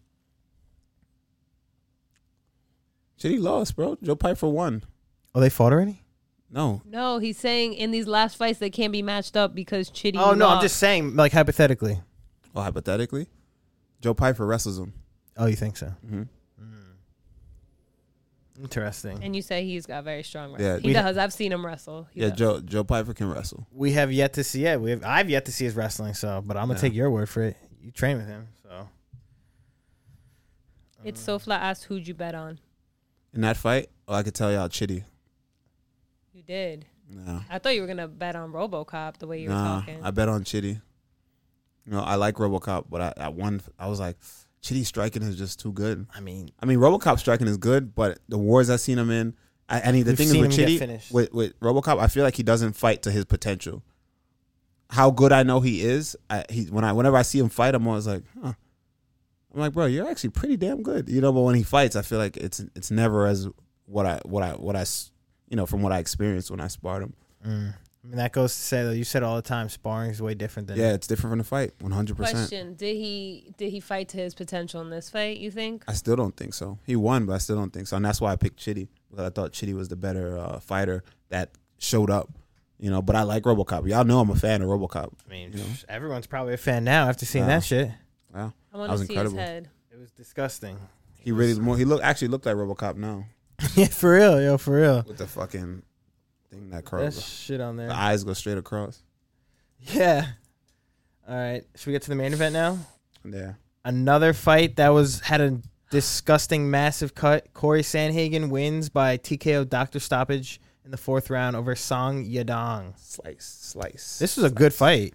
Chitty lost, bro. Joe Piper won. Oh, they fought already? No, no, he's saying in these last fights they can't be matched up because Chitty. Oh no, I'm lost. just saying like hypothetically. oh, hypothetically, Joe Piper wrestles him. Oh, you think so? Mm-hmm. Mm. Interesting. And you say he's got very strong wrestling. Yeah. he We- does. I've seen him wrestle. He Yeah, does. Joe Joe Piper can wrestle. We have yet to see it. We have I've yet to see his wrestling, so but I'm gonna Yeah. take your word for it. You train with him, so It's so flat. Asked who'd you bet on? In that fight, oh, I could tell y'all Chitty. You did. No. I thought you were gonna bet on RoboCop the way you were Nah, talking. I bet on Chitty. You know, I like RoboCop, but I, at one, I was like, Chitty striking is just too good. I mean I mean, RoboCop striking is good, but the wars I've seen him in, I, and he, the We've thing is seen with him get Chitty, finished. with, with RoboCop, I feel like he doesn't fight to his potential. How good I know he is, I, he when I whenever I see him fight, I'm always like, huh. I'm like, bro, you're actually pretty damn good, you know. But when he fights, I feel like it's it's never as what I what I what I s- you know from what I experienced when I sparred him. mm. I mean that goes to say though, you said all the time sparring is way different than Yeah, it's different from the fight, 100. percent Question: Did he did he fight to his potential in this fight? You think? I still don't think so. He won, but I still don't think so. And that's why I picked Chitty because I thought Chitty was the better uh, fighter that showed up. You know, but I like RoboCop. Y'all know I'm a fan of RoboCop. I mean You know. everyone's probably a fan now after seeing Wow. that shit. Wow, I That want was to see incredible. his head. It was disgusting. he really more. He look actually looked like RoboCop now yeah, for real, yo, for real. with the fucking thing That that curls. shit on there. The eyes go straight across. Yeah. All right. Should we get to the main event now? Yeah, Another fight that was had a disgusting massive cut. Corey Sanhagen wins by TKO doctor stoppage in the fourth round over Song Yadong. slice, slice. This was a good fight.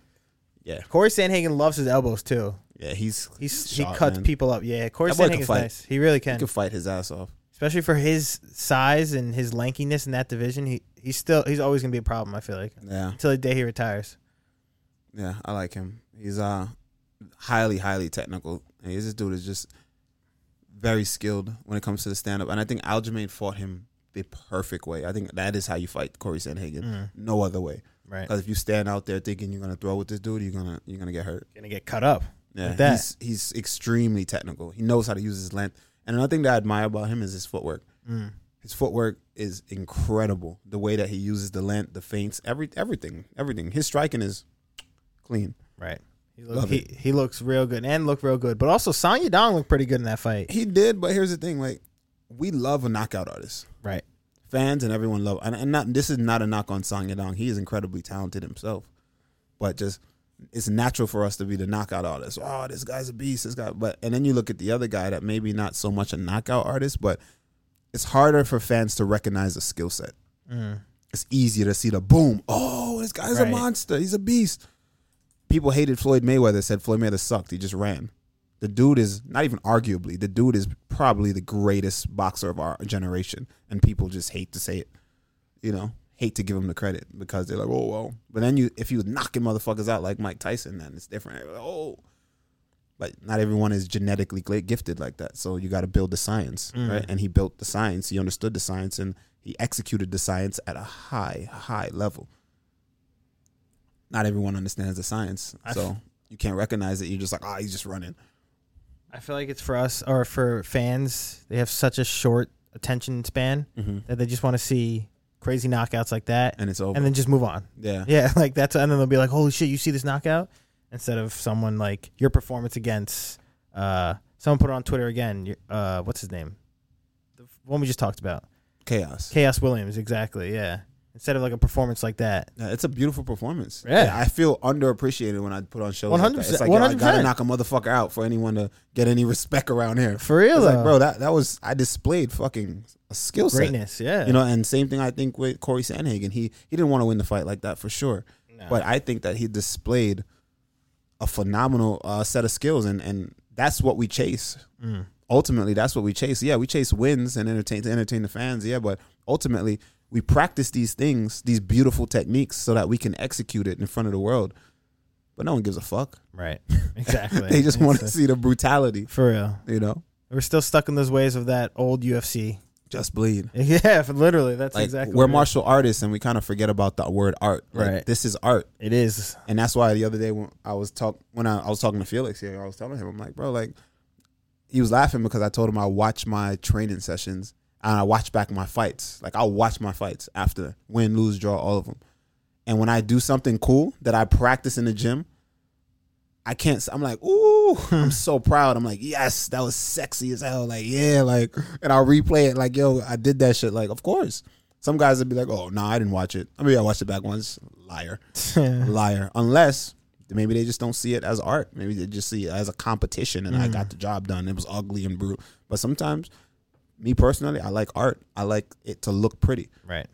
yeah, Corey Sanhagen loves his elbows too. yeah. He's He's Shot, he cuts man. people up. Yeah, Corey That boy can Sanhagen's fight. nice. He really he can. could fight his ass off. Especially for his size and his lankiness in that division. He he's still he's always gonna be a problem, I feel like. Yeah, Until the day he retires. yeah. I like him. He's uh highly, highly technical. And this dude is just very skilled when it comes to the stand up. And I think Aljamain fought him the perfect way. I think that is how you fight Corey Sanhagen. No other way. Mm. Right. Because if you stand out there thinking you're gonna throw with this dude, you're gonna you're gonna get hurt. Gonna get cut up. Yeah, Like that. he's he's extremely technical. He knows how to use his length. And another thing that I admire about him is his footwork. Mm. His footwork is incredible. The way that he uses the length, the feints, every everything, everything. His striking is clean. Right. He, Love look, he, he looks real good and looked real good. But also, Sonya Dong looked pretty good in that fight. He did, but here's the thing: like we love a knockout artist. Right. fans and everyone love and, and not this is not a knock on Song Yadong. He is incredibly talented himself. But just it's natural for us to be the knockout artist. Oh, this guy's a beast. This guy but and then you look at the other guy that maybe not so much a knockout artist, but it's harder for fans to recognize a skill set. It's easier to see the boom. Oh, this guy's a Right. monster. He's a beast. People hated Floyd Mayweather, said Floyd Mayweather sucked. He just ran. The dude is not even arguably, the dude is probably the greatest boxer of our generation. And people just hate to say it. You know, hate to give him the credit because they're like, oh, well. But then you, if you was knocking motherfuckers out like Mike Tyson, then it's different. They're like, oh. But not everyone is genetically gla- gifted like that. So you got to build the science, Mm. right? And he built the science. He understood the science and he executed the science at a high, high level. Not everyone understands the science. I f- so you can't recognize it. You're just like, ah, he's just running. I feel like it's for us or for fans. They have such a short attention span that they just want to see crazy knockouts like that And it's over. and then just move on. yeah. Yeah, like that's and then they'll be like, "Holy shit, you see this knockout?" Instead of someone like your performance against uh someone put it on Twitter again, your- uh what's his name? The one we just talked about. Chaos. Chaos Williams, exactly. Yeah. Instead of like a performance like that. Yeah, it's a beautiful performance. Yeah. I feel underappreciated when I put on shows. 100 It's 100%, like, yo, I gotta 100%. knock a motherfucker out for anyone to get any respect around here. For real It's though. like, bro, that, that was I displayed fucking a skill set. greatness, yeah. You know, and same thing I think with Corey Sandhagen. He he didn't want to win the fight like that for sure. But I think that he displayed a phenomenal uh, set of skills and, and that's what we chase. Mm. Ultimately, that's what we chase. Yeah, we chase wins and entertain to entertain the fans, yeah, but ultimately we practice these things, these beautiful techniques so that we can execute it in front of the world. But no one gives a fuck. Right. Exactly. They just It's want to a- see the brutality, for real. you know? We're still stuck in those ways of that old UFC. Just bleed. Yeah, literally. That's like exactly. we're what it is. martial artists and we kind of forget about the word art like Right. this is art It is. and that's why the other day when i was talk when I, I was talking to felix here i was telling him i'm like bro like he was laughing because i told him i watch my training sessions and i watch back my fights like i'll watch my fights after win lose draw all of them and when i do something cool that i practice in the gym I can't. s- I'm like, ooh, I'm so proud. I'm like, yes, that was sexy as hell. Like, yeah, like, and I'll replay it. Like, yo, I did that shit. Like, of course. Some guys would be like, oh, no, I didn't watch it. I mean, I watched it back once. Liar, liar. Unless maybe they just don't see it as art. Maybe they just see it as a competition, and I got the job done. It was ugly and brutal. But sometimes, me personally, I like art. I like it to look pretty. Right.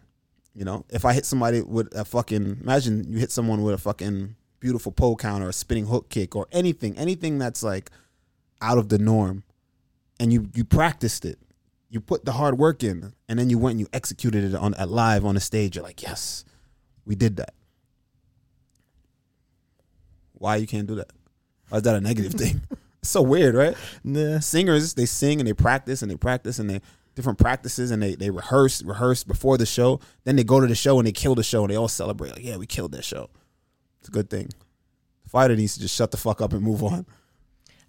You know, if I hit somebody with a fucking imagine you hit someone with a fucking beautiful pole count or a spinning hook kick or anything, anything that's like out of the norm, and you you practiced it, you put the hard work in, and then you went and you executed it on at live on the stage. You're like, yes, we did that. Why you can't do that? Why is that a negative thing? It's so weird, right? Nah. singers they sing and they practice and they practice and they different practices and they they rehearse rehearse before the show then they go to the show and they kill the show and they all celebrate like yeah we killed that show it's a good thing the fighter needs to just shut the fuck up and move on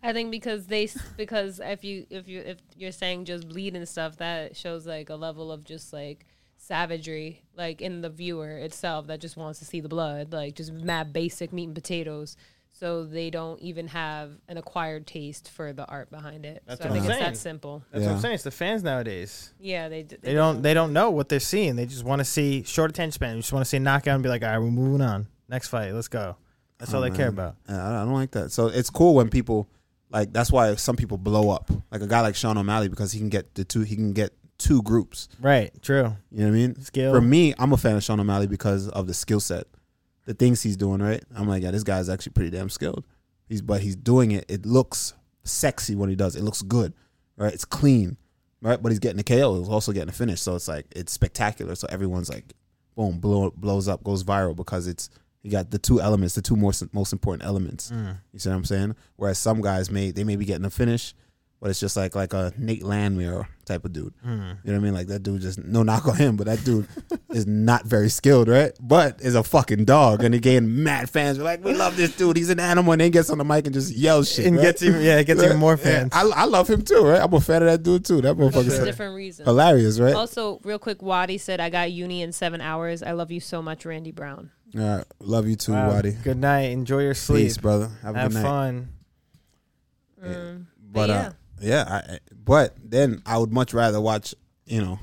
I think because they s- because if you if you if you're saying just bleed and stuff that shows like a level of just like savagery like in the viewer itself that just wants to see the blood like just mad basic meat and potatoes so they don't even have an acquired taste for the art behind it. That's so I what think I'm it's saying. that simple. That's what Yeah. I'm saying. It's the fans nowadays. Yeah, they d- They don't. They don't know what they're seeing. They just want to see short attention span. They just want to see a knockout and be like, "All right, we're moving on. Next fight. Let's go." That's Mm-hmm. all they care about. And I I don't like that so it's cool when people like that's why some people blow up like a guy like Sean O'Malley because he can get the two he can get two groups Right. True. You know what I mean? Skill. For me, I'm a fan of Sean O'Malley because of the skill set, the things he's doing. Right? I'm like, yeah, this guy's actually pretty damn skilled. He's but he's doing it. It looks sexy when he does. It It looks good. Right? It's clean. Right? But he's getting the KO. He's also getting the finish. So it's like it's spectacular. So everyone's like, boom, blow, blows up, goes viral because it's you got the two elements, the two most most important elements. You see what I'm saying? Whereas some guys may they may be getting a finish, but it's just like like a Nate Landwehr type of dude. You know what I mean? Like that dude just no knock on him, but that dude is not very skilled, right? But is a fucking dog, and again, mad fans are like, we love this dude. He's an animal, and then he gets on the mic and just yells shit And right? gets even. Yeah. It gets even more Yeah, fans. I, I love him too, right? I'm a fan of that dude too. That for motherfucker's different reasons. hilarious, right? Also, real quick, Wadi said, "I got uni in seven hours. I love you so much, Randy Brown." All right, love you too, Wow. Waddy. Good night. Enjoy your sleep. Peace, brother. Have a Have good night. fun. But But, uh, yeah, I, I- but then I would much rather watch. You know,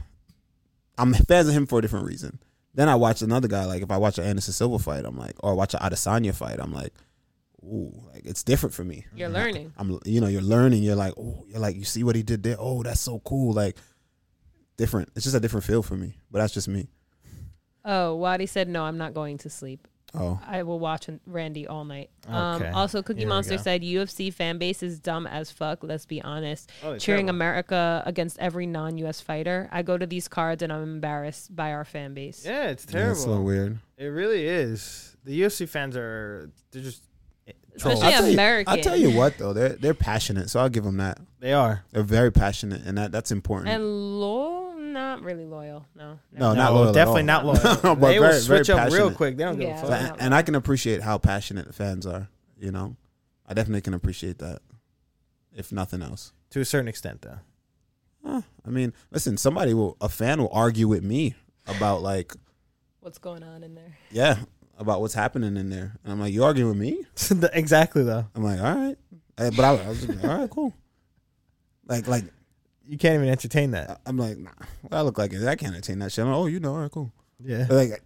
I'm fans of him for a different reason. Then I watch another guy. Like if I watch an Anderson Silva fight, I'm like, or watch an Adesanya fight, I'm like, ooh, like it's different for me. You're learning. I'm, you know, you're learning. You're like, oh, you're like, you see what he did there. Oh, that's so cool. Like, different. It's just a different feel for me. But that's just me. Oh, Wadi said, "No, I'm not going to sleep. Oh, I will watch Randy all night." Um, Okay. also, Cookie Here we Monster go. said, "UFC fan base is dumb as fuck. Let's be honest. Oh, they're Cheering terrible. America against every non-US fighter. I go to these cards and I'm embarrassed by our fan base. Yeah. It's yeah, it's so terrible. weird. it really is. The UFC fans are. They're just. Trolls. Especially I'll tell you- American. I'll tell you what though, they're they're passionate, so I'll give them that. They are. They're very passionate, and that that's important. And loyal? Not really loyal. No. No, not loyal at Definitely all. not loyal. But they very- will very switch up real passionate. quick. They don't give Yeah. a fuck. and, and I can appreciate how passionate the fans are. You know, I definitely can appreciate that. If nothing else, to a certain extent, though. Huh. I mean, listen, somebody will a fan will argue with me about like, What's going on in there? yeah, about what's happening in there, and I'm like, you arguing with me? exactly, though. I'm like, all right, Uh, but I, I was just like, all right, cool. Like, like You can't even entertain that. I- I'm like, nah, what I look like is I can't entertain that shit. I'm like, oh, you know, all right, cool. Yeah. Like,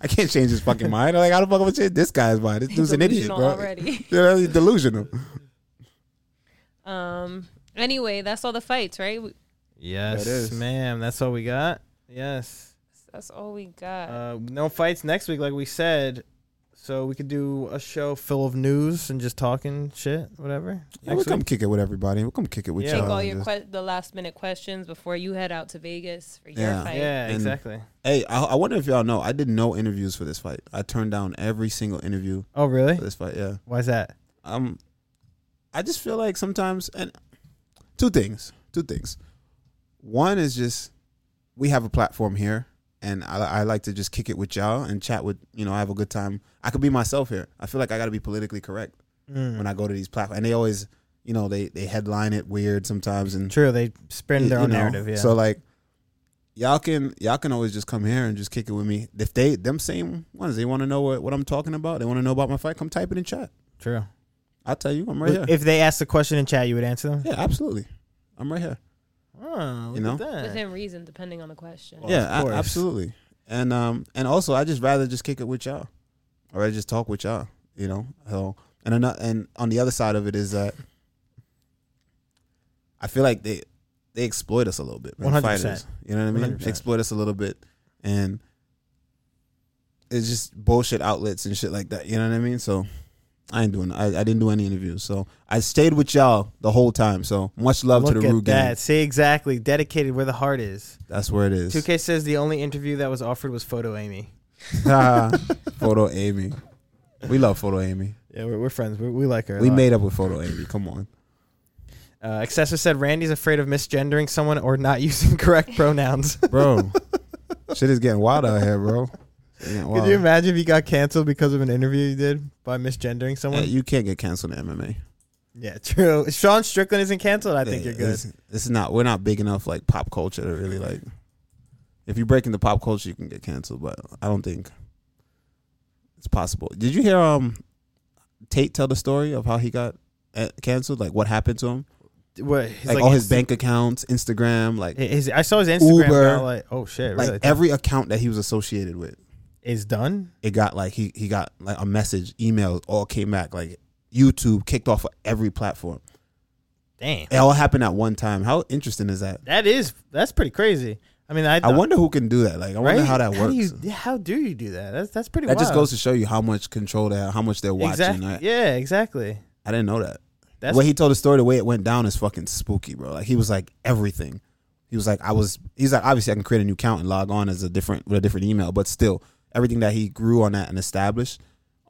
I can't change his fucking mind. Like, how the fuck am I change this guy's mind? This dude's an idiot, Delusional bro. Already. You know, he's delusional. Um. Anyway, that's all the fights, right? We- Yes, That is. ma'am. That's all we got. Yes. That's all we got. Uh, no fights next week, like we said. So we could do a show full of news and just talking shit, whatever. Yeah, we'll next come week. kick it with everybody. We'll come kick it with Yeah. y'all. Take all your Um, Just- que- the last minute questions before you head out to Vegas for your Yeah. fight. Yeah, And- exactly. hey, I, I wonder if y'all know. I did no interviews for this fight. I turned down every single interview Oh, really? for this fight. Yeah. Why's that? um, I just feel like sometimes, and two things, two things. One is just we have a platform here, and I, I like to just kick it with y'all and chat with you know. I have a good time. I could be myself here. I feel like I got to be politically correct Hmm. when I go to these platforms, and they always, you know, they they headline it weird sometimes, and True, they spin their you own know, narrative. Yeah. So like. Y'all can y'all can always just come here and just kick it with me. If they them same ones, they want to know what, what I'm talking about. They want to know about my fight. Come type it in chat. True. I'll tell you. I'm right here. If they asked the question in chat, you would answer them. Yeah, absolutely. I'm right here. Oh, You look at that. Within reason, depending on the question. Well, of yeah, a- course. absolutely. And um and also I just rather just kick it with y'all. Or I just talk with y'all, you know. So and ano- and on the other side of it is that I feel like they they exploit us a little bit. man, 100%. Fighters, you know what I mean? 100%. Exploit us a little bit and it's just bullshit outlets and shit like that. You know what I mean? So I ain't doing. I, I didn't do any interviews. So I stayed with y'all the whole time. So much love Look to the at Rue gang. that. See exactly. Dedicated where the heart is. That's where it is. 2K says the only interview that was offered was Photo Amy. photo Amy. We love photo Amy. Yeah, we're, we're friends. We, we like her. a We lot. made up with photo Amy. Come on. Uh, Accessor said Randy's afraid of misgendering someone or not using correct pronouns. Bro. shit is getting wild out here, bro. Shit getting wild. Could you imagine if you got canceled because of an interview you did by misgendering Yeah, someone? Yeah, you can't get canceled in MMA. true. Sean Strickland isn't canceled. I think Yeah, you're good. This, this is not. We're not big enough like pop culture to really like. If you break into pop culture, you can get canceled. But I don't think it's possible. Did you hear um Tate tell the story of how he got uh, canceled? Like what happened to him? What, his, Like, all his Insta- bank accounts, Instagram, like his- I saw his Instagram. and Uber. I was like, oh shit, really? like every account that he was associated with. is done. it got like he he got like a message, email, all came back. Like YouTube kicked off of every platform. Damn, It all happened at one time. How interesting is that? that is that's pretty crazy. I mean, I, I wonder who can do that. Like I wonder right? how that works. do you, how do you do that? That's that's pretty. that just wild. goes to show you how much control they have, how much they're watching. Exactly. I, Yeah, exactly. I didn't know that. That's when he told the story, the way it went down is fucking spooky, bro. Like he was like everything. He was like, I was. He's like, obviously, I can create a new account and log on as a different with a different email, but still, everything that he grew on that and established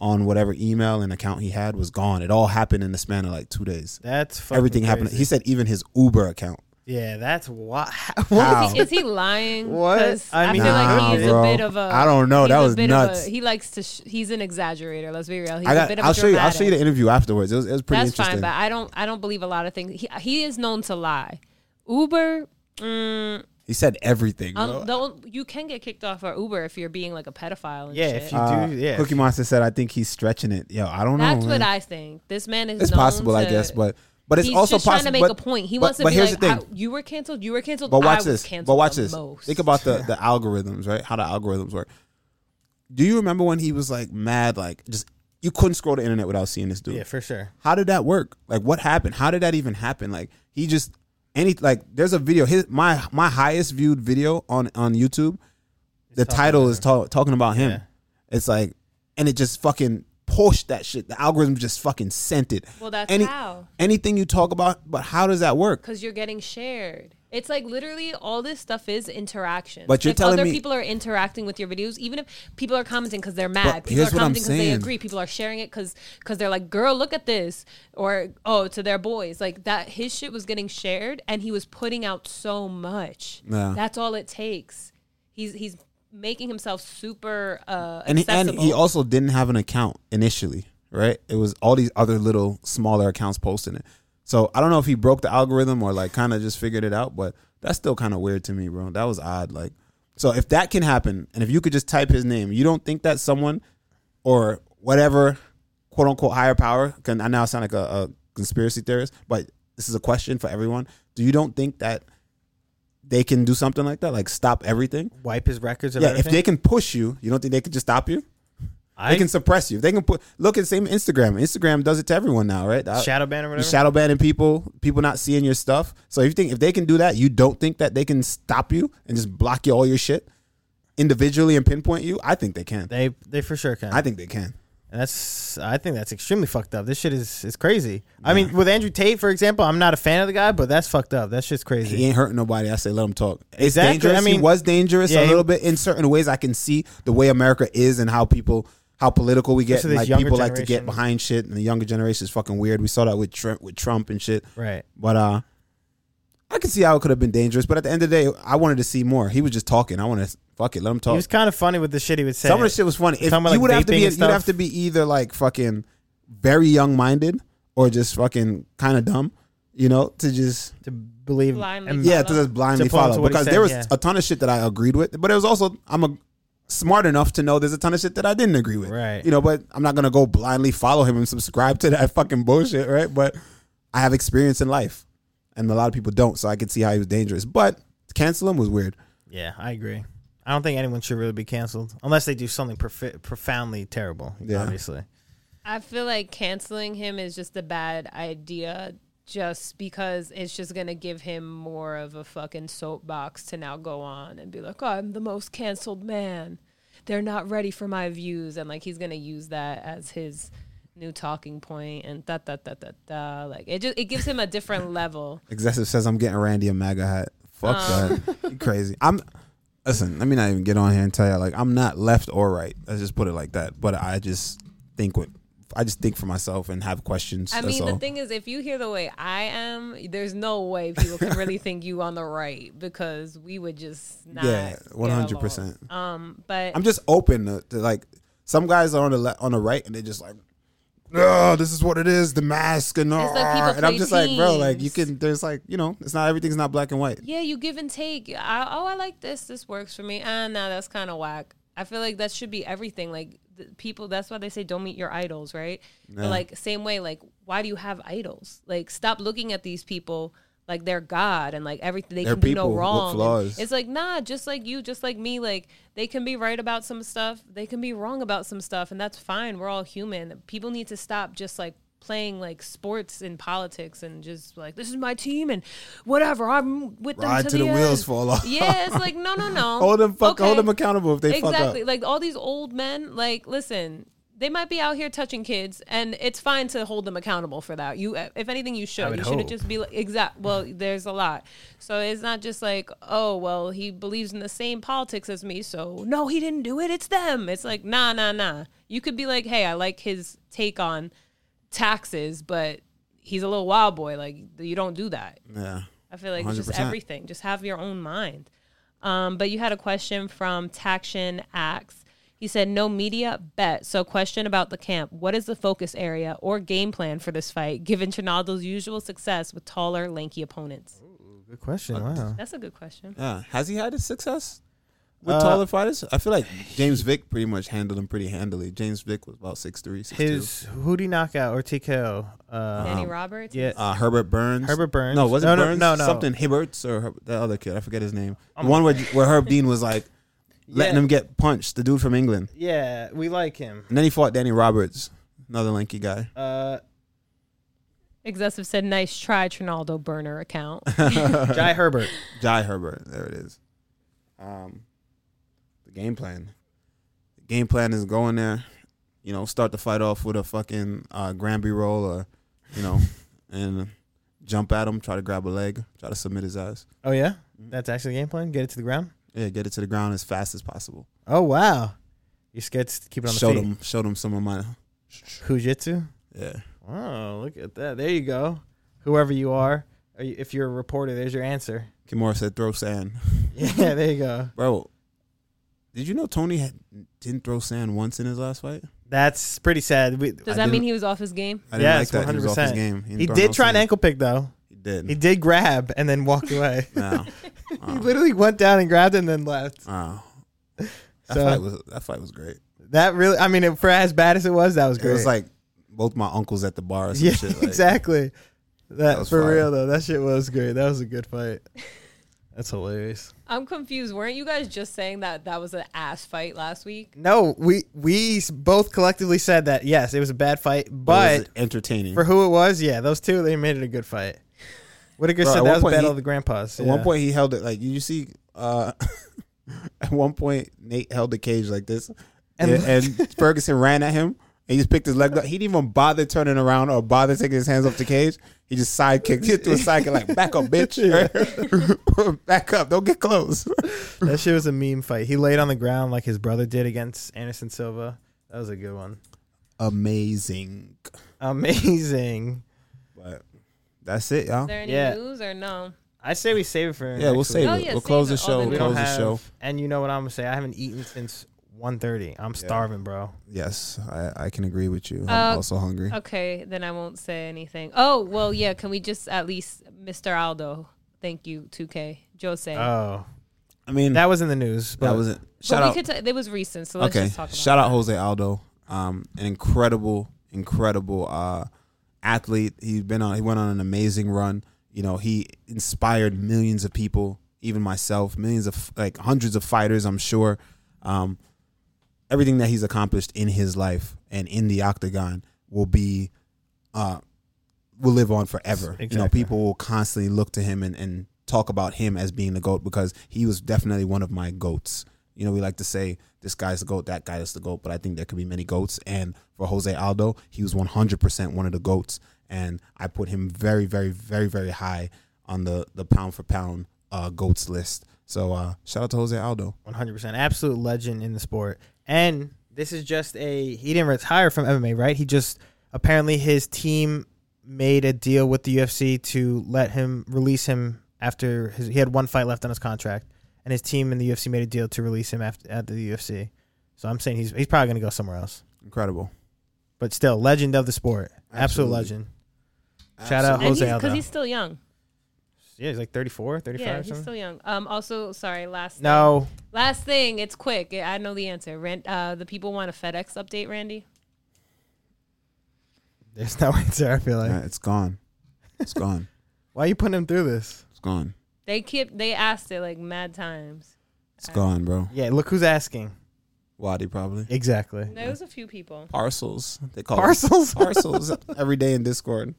on whatever email and account he had was gone. It all happened in the span of like two days. that's fucking everything happened. crazy. He said even his Uber account. yeah, that's wild. How? Is he lying? What? 'Cause I I, mean- feel Nah, like he's bro. a bit of a. I don't know. he's That a was bit of nuts. A, he likes to. Sh- he's an exaggerator. Let's be real. He's I a got. bit of I'll a show you. I'll show you the dramatic. interview afterwards. It was, it was pretty That's interesting. fine, but I don't. I don't believe a lot of things. He he is known to lie. Uber. Mm, he said everything. bro. um, though you can get kicked off for Uber if you're being like a pedophile. And Yeah, shit. if you Uh, do, yeah. Cookie Monster said, "I think he's stretching it." Yo, I don't know. That's what man. I think. This man is. It's known possible, I to- guess, but but it's he's also just possible. trying to make but, a point. He but- wants to but be here's like, the thing. "I- "You were canceled. You were canceled. But watch I was this. canceled But watch the this. Most. Think about the the algorithms, right? How the algorithms work. Do you remember when he was like mad, like just you couldn't scroll the internet without seeing this dude? yeah, for sure. How did that work? Like what happened? How did that even happen? Like he just any like there's a video. His my my highest viewed video on on YouTube. The title is ta- talking about him. Yeah. It's like, and it just fucking pushed that shit. The algorithm just fucking sent it. Well, that's Any- how. Anything you talk about, but how does that work? because you're getting shared. It's like literally all this stuff is interaction. But you're if telling other me- people are interacting with your videos, even if people are commenting because they're mad, people here's are what I'm commenting because they saying. agree, people are sharing it because because they're like, "Girl, look at this," or "Oh, to their boys." Like that, his shit was getting shared, and he was putting out so much. Yeah. That's all it takes. He's he's making himself super uh, and he, accessible. and he also didn't have an account initially. right? It was all these other little smaller accounts posting it. So I don't know if he broke the algorithm or like kind of just figured it out, but that's still kind of weird to me, bro. That was odd. Like, so if that can happen, and if you could just type his name, you don't think that someone or whatever quote unquote higher power can I now sound like a, a conspiracy theorist, but this is a question for everyone. Do you don't think that they can do something like that, like stop everything? Wipe his records. Of Yeah, if everything? they can push you, you don't think they can just stop you? I They can suppress you. They can put look at same Instagram. Instagram does it to everyone now, right? I- shadow ban or you whatever. shadow banning people, people not seeing your stuff. So if you think if they can do that, you don't think that they can stop you and just block you all your shit individually and pinpoint you? I think they can. they they for sure can. I think they can. And that's I think that's extremely fucked up. This shit is is crazy. I mean, with Andrew Tate, for example, I'm not a fan of the guy, but that's fucked up. That's just crazy. He ain't hurting nobody. I say let him talk. It's Exactly. dangerous. I he mean- was dangerous Yeah, a he- little bit in certain ways. I can see the way America is and how people, how political we get. Especially Like this people younger like to get generation. behind shit, and the younger generation is fucking weird. We saw that with Trump, with Trump and shit. Right. But uh, I can see how it could have been dangerous. But at the end of the day, I wanted to see more. He was just talking. I want to fuck it. Let him He talk. was kind of funny with the shit he would say. Some of the shit was funny. If, Talking about, you like, would have to vaping be, and you'd have stuff. to be either like fucking very young minded or just fucking kind of dumb. You know, to just to believe. Blindly. and- yeah, to follow. just blindly To follow to follow what he because said, there was yeah. a ton of shit that I agreed with, but it was also I'm a smart enough to know there's a ton of shit that I didn't agree with. Right. You know, but I'm not gonna go blindly follow him and subscribe to that fucking bullshit, right? But I have experience in life, and a lot of people don't, so I could see how he was dangerous. But to cancel him was weird. Yeah, I agree. I don't think anyone should really be canceled unless they do something profi- profoundly terrible. Yeah. Obviously, I feel like canceling him is just a bad idea just because it's just going to give him more of a fucking soapbox to now go on and be like, oh, I'm the most canceled man. They're not ready for my views. And like, he's going to use that as his new talking point and da da da da da. Like, it just, it gives him a different level. Excessive says I'm getting Randy a MAGA hat. Fuck Oh. that. You crazy. I'm listen, let me not even get on here and tell you like I'm not left or right. Let's just put it like that. But I just think what I just think for myself and have questions. I that's mean, all. the thing is, if you hear the way I am, there's no way people can really think you on the right because we would just not. Yeah, get 100%. along. Um, but I'm just open to, to like some guys are on the le- on the right and they're just like, oh, this is what it is, the mask and all. like people and I'm play just like, bro, like teams. you can. There's like you know, it's not everything's not black and white. yeah, you give and take. I, oh, I like this. This works for me. And now that's kind of whack. I feel like that should be everything. Like the people, that's why they say don't meet your idols, right? But like same way, like why do you have idols? Like stop looking at these people like they're God and like everything they They're can do people no with wrong. flaws. It's like nah, just like you, just like me. Like they can be right about some stuff, they can be wrong about some stuff, and that's fine. We're all human. People need to stop just like playing like sports and politics and just like this is my team and whatever I'm with them Ride to, till the wheels end. fall off. Yeah, it's like no, no, no. Hold them fuck, hold Okay. them accountable if they fuck up. Exactly. Like all these old men, like listen, they might be out here touching kids, and it's fine to hold them accountable for that. You, if anything, you should. would You shouldn't hope. just be like, exact. Well, there's a lot, so it's not just like, oh, well, he believes in the same politics as me, so no, he didn't do it. It's them. It's like nah, nah, nah. You could be like, hey, I like his take on taxes, but he's a little wild boy. Like you don't do that. Yeah. I feel like it's just 100%. everything. Just have your own mind. Um, but you had a question from Taction Axe. He said, "No media bet." So, question about the camp: What is the focus area or game plan for this fight, given Trinaldo's usual success with taller, lanky opponents? good question. Wow. That's a good question. Yeah. Has he had his success with Uh, taller fighters? I feel like James Vick pretty much handled him pretty handily. James Vick was about 6'3", 6'2". His who do you knock out or TKO? Uh, Danny Roberts. yeah, uh, Herbert Burns. Herbert Burns. No, was it No, no, Burns? no, no. Something Hibberts or Her- the other kid. I forget his name. the one where where Herb Dean was like letting Yeah. him get punched. The dude from England. yeah, we like him. And then he fought Danny Roberts, another lanky guy. Uh, Excessive said, "Nice try, Trinaldo burner account." Jai Herbert. Jai Herbert. There it is. Um, the game plan. The game plan is going there. You know, start the fight off with a fucking uh, Granby roll or, you know, and jump at him, try to grab a leg, try to submit his ass. Oh yeah, that's actually the game plan. Get it to the ground. Yeah, get it to the ground as fast as possible. Oh wow, you scared to keep it on the Show feet. them, show them some of my, Hujitsu. yeah. Oh, look at that. There you go. Whoever you are, Are you- if you're a reporter, there's your answer. Kimura said, "Throw sand, Yeah, there you go. bro." Did you know Tony had, didn't throw sand once in his last fight? That's pretty sad. We, Does I that mean didn't- he was off his game? I Yeah, didn't like it's that. He was Hmm. off his 100%. game. didn't he throw did no try an sand. ankle pick though. He did. He did grab and then walked away. No. he Oh. literally went down and grabbed and then left. Oh. That So- fight was that fight was great. That really, I mean, for as bad as it was, that was It great. was like both my uncles at the bar or some yeah, shit. Like, exactly. That, was for fire. real though, that shit was great. That was a good fight. That's hilarious. I'm confused. Weren't you guys just saying that that was an ass fight last week? No, we we s- both collectively said that yes, it was a bad fight, it but was entertaining. for who it was, yeah, those two they made it a good fight. Whitaker Bro, at said one that was point battle he- of the grandpas. At one yeah. point, he held it like you see. Uh, at one point, Nate held the cage like this, And- and, and Ferguson ran at him. And he just picked his leg up. He didn't even bother turning around or bother taking his hands off the cage. He just sidekicked. He just threw a sidekick like, "Back up, bitch! back up! Don't get close." that shit was a meme fight. He laid on the ground like his brother did against Anderson Silva. That was a good one. Amazing, Amazing. but that's it, y'all. Is there any Yeah. news or no? I say we save it for Yeah, we'll next save week. Oh, it. yeah, we'll save close it. the show. All the We We'll good close don't the have, show. and you know what I'm gonna say. I haven't eaten since 1.30. I'm starving, bro. Yes, I, I can agree with you. I'm Uh, also hungry. Okay, then I won't say anything. Oh, well, yeah. Can we just at least, Mr. Aldo? Thank you, 2K. Jose. Oh, I mean, that that, was in the news. But was it. but Shout we out. could, t- it was recent, so let's Okay. just talk about Shout it. out Jose Aldo. Um, an incredible, incredible uh, athlete. He's been on. He went on an amazing run. You know, he inspired millions of people, even myself, millions of like hundreds of fighters. I'm sure. Um, everything that he's accomplished in his life and in the octagon will be uh will live on forever. You know, Exactly. people will constantly look to him and, and talk about him as being the GOAT because he was definitely one of my GOATs. You know, we like to say this guy's the GOAT, that guy is the GOAT, but I think there could be many GOATs. And for Jose Aldo, he was 100% one of the GOATs. And I put him very, very, very, very high on the, the pound for pound uh, GOATs list. So uh, shout out to Jose Aldo. 100% absolute legend in the sport. And this is just a he didn't retire from MMA, right? He just apparently his team made a deal with the UFC to let him release him after his, he had one fight left on his contract, and his team in the UFC made a deal to release him after at the UFC. So I'm saying he's he's probably gonna go somewhere else. Incredible. But still, legend of the sport, absolute Absolutely. legend. Shout out And Jose he's, Aldo. Because he's still young. Yeah, he's like 34, 35 Yeah, or he's something. still young. Um. Also, sorry, last no, last thing. It's quick. I I know the answer. Rand, uh, the people want a FedEx update, Randy. there's no answer. I feel like Yeah, it's gone. It's gone. why are you putting him through this? It's gone. They kept they asked it like mad times. It's gone, bro. Yeah, look who's asking. Wadi probably. Exactly. There was a few people. Parcels. They call it Parcels. parcels every day in Discord.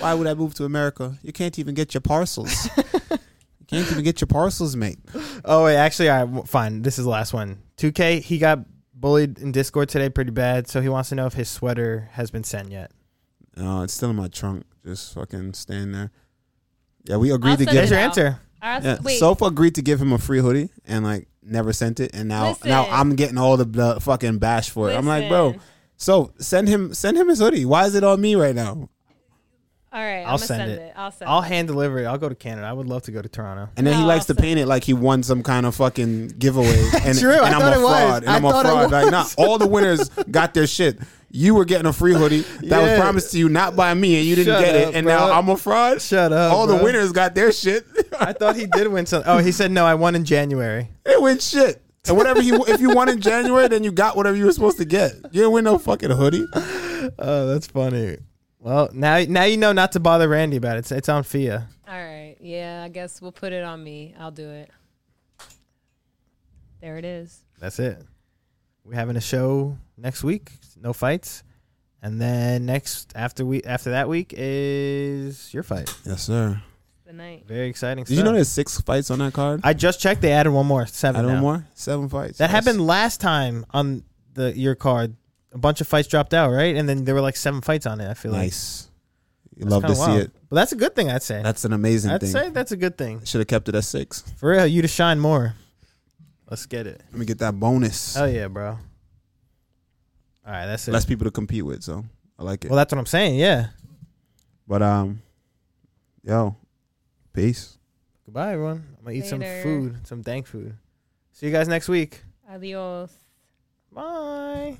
Why would I move to America? You can't even get your parcels. you can't even get your parcels, mate. Oh wait, actually, all right, w- fine. This is the last one. 2K. He got bullied in Discord today, pretty bad. So he wants to know if his sweater has been sent yet. No, it's still in my trunk. Just fucking staying there. Yeah, we agreed I'll to send There's give. it your out. answer. I asked, Yeah, wait, Sofa agreed to give him a free hoodie and like never sent it, and now now Listen. I'm getting all the bl- fucking bash for it. I'm like, bro, listen. so send him send him his hoodie. Why is it on me right now? All I'll right, I'm gonna send send, it. it. I'll send. I'll it. hand deliver it. I'll go to Canada. I would love to go to Toronto. And then he No, likes to also- paint it like he won some kind of fucking giveaway. And, True, and I I'm thought a it was. fraud. And I I'm a thought it fraud. Like, nah, was. all the winners got their shit. You were getting a free hoodie that Yeah. was promised to you not by me, and you didn't Shut get up, it. And bro. now I'm a fraud. Shut up, All bro. the winners got their shit. Oh, I thought he did win some. Oh, he said no. I won in January. they win shit. And whatever you, if you won in January, then you got whatever you were supposed to get. You didn't win no fucking hoodie. Oh, that's funny. Well, now now you know not to bother Randy about it. It's, it's on Fia. All right, yeah, I guess we'll put it on me. I'll do it. There it is. That's it. We're having a show next week. No fights. And then next after we after that week is your fight. Yes, sir. The night. Very exciting. Did stuff. you know there's six fights on that card? I just checked. They added one more seven. Add now. one more, seven fights. That Yes. happened last time on the your card. A bunch of fights dropped out, right? And then there were like seven fights on it. I feel like Nice. You That's love to kinda see wild. it. But that's a good thing. I'd say. That's an amazing I'd thing. say that's a good thing Should have kept it at six. for real. You to shine more. Let's get it. Let me get that bonus. Hell yeah, bro. All right, that's it. less people to compete with. So I like it. well, that's what I'm saying. Yeah. but um, yo, peace. Goodbye, everyone. I'm gonna eat some Later. food, some dank food. See you guys next week. Adios. Bye.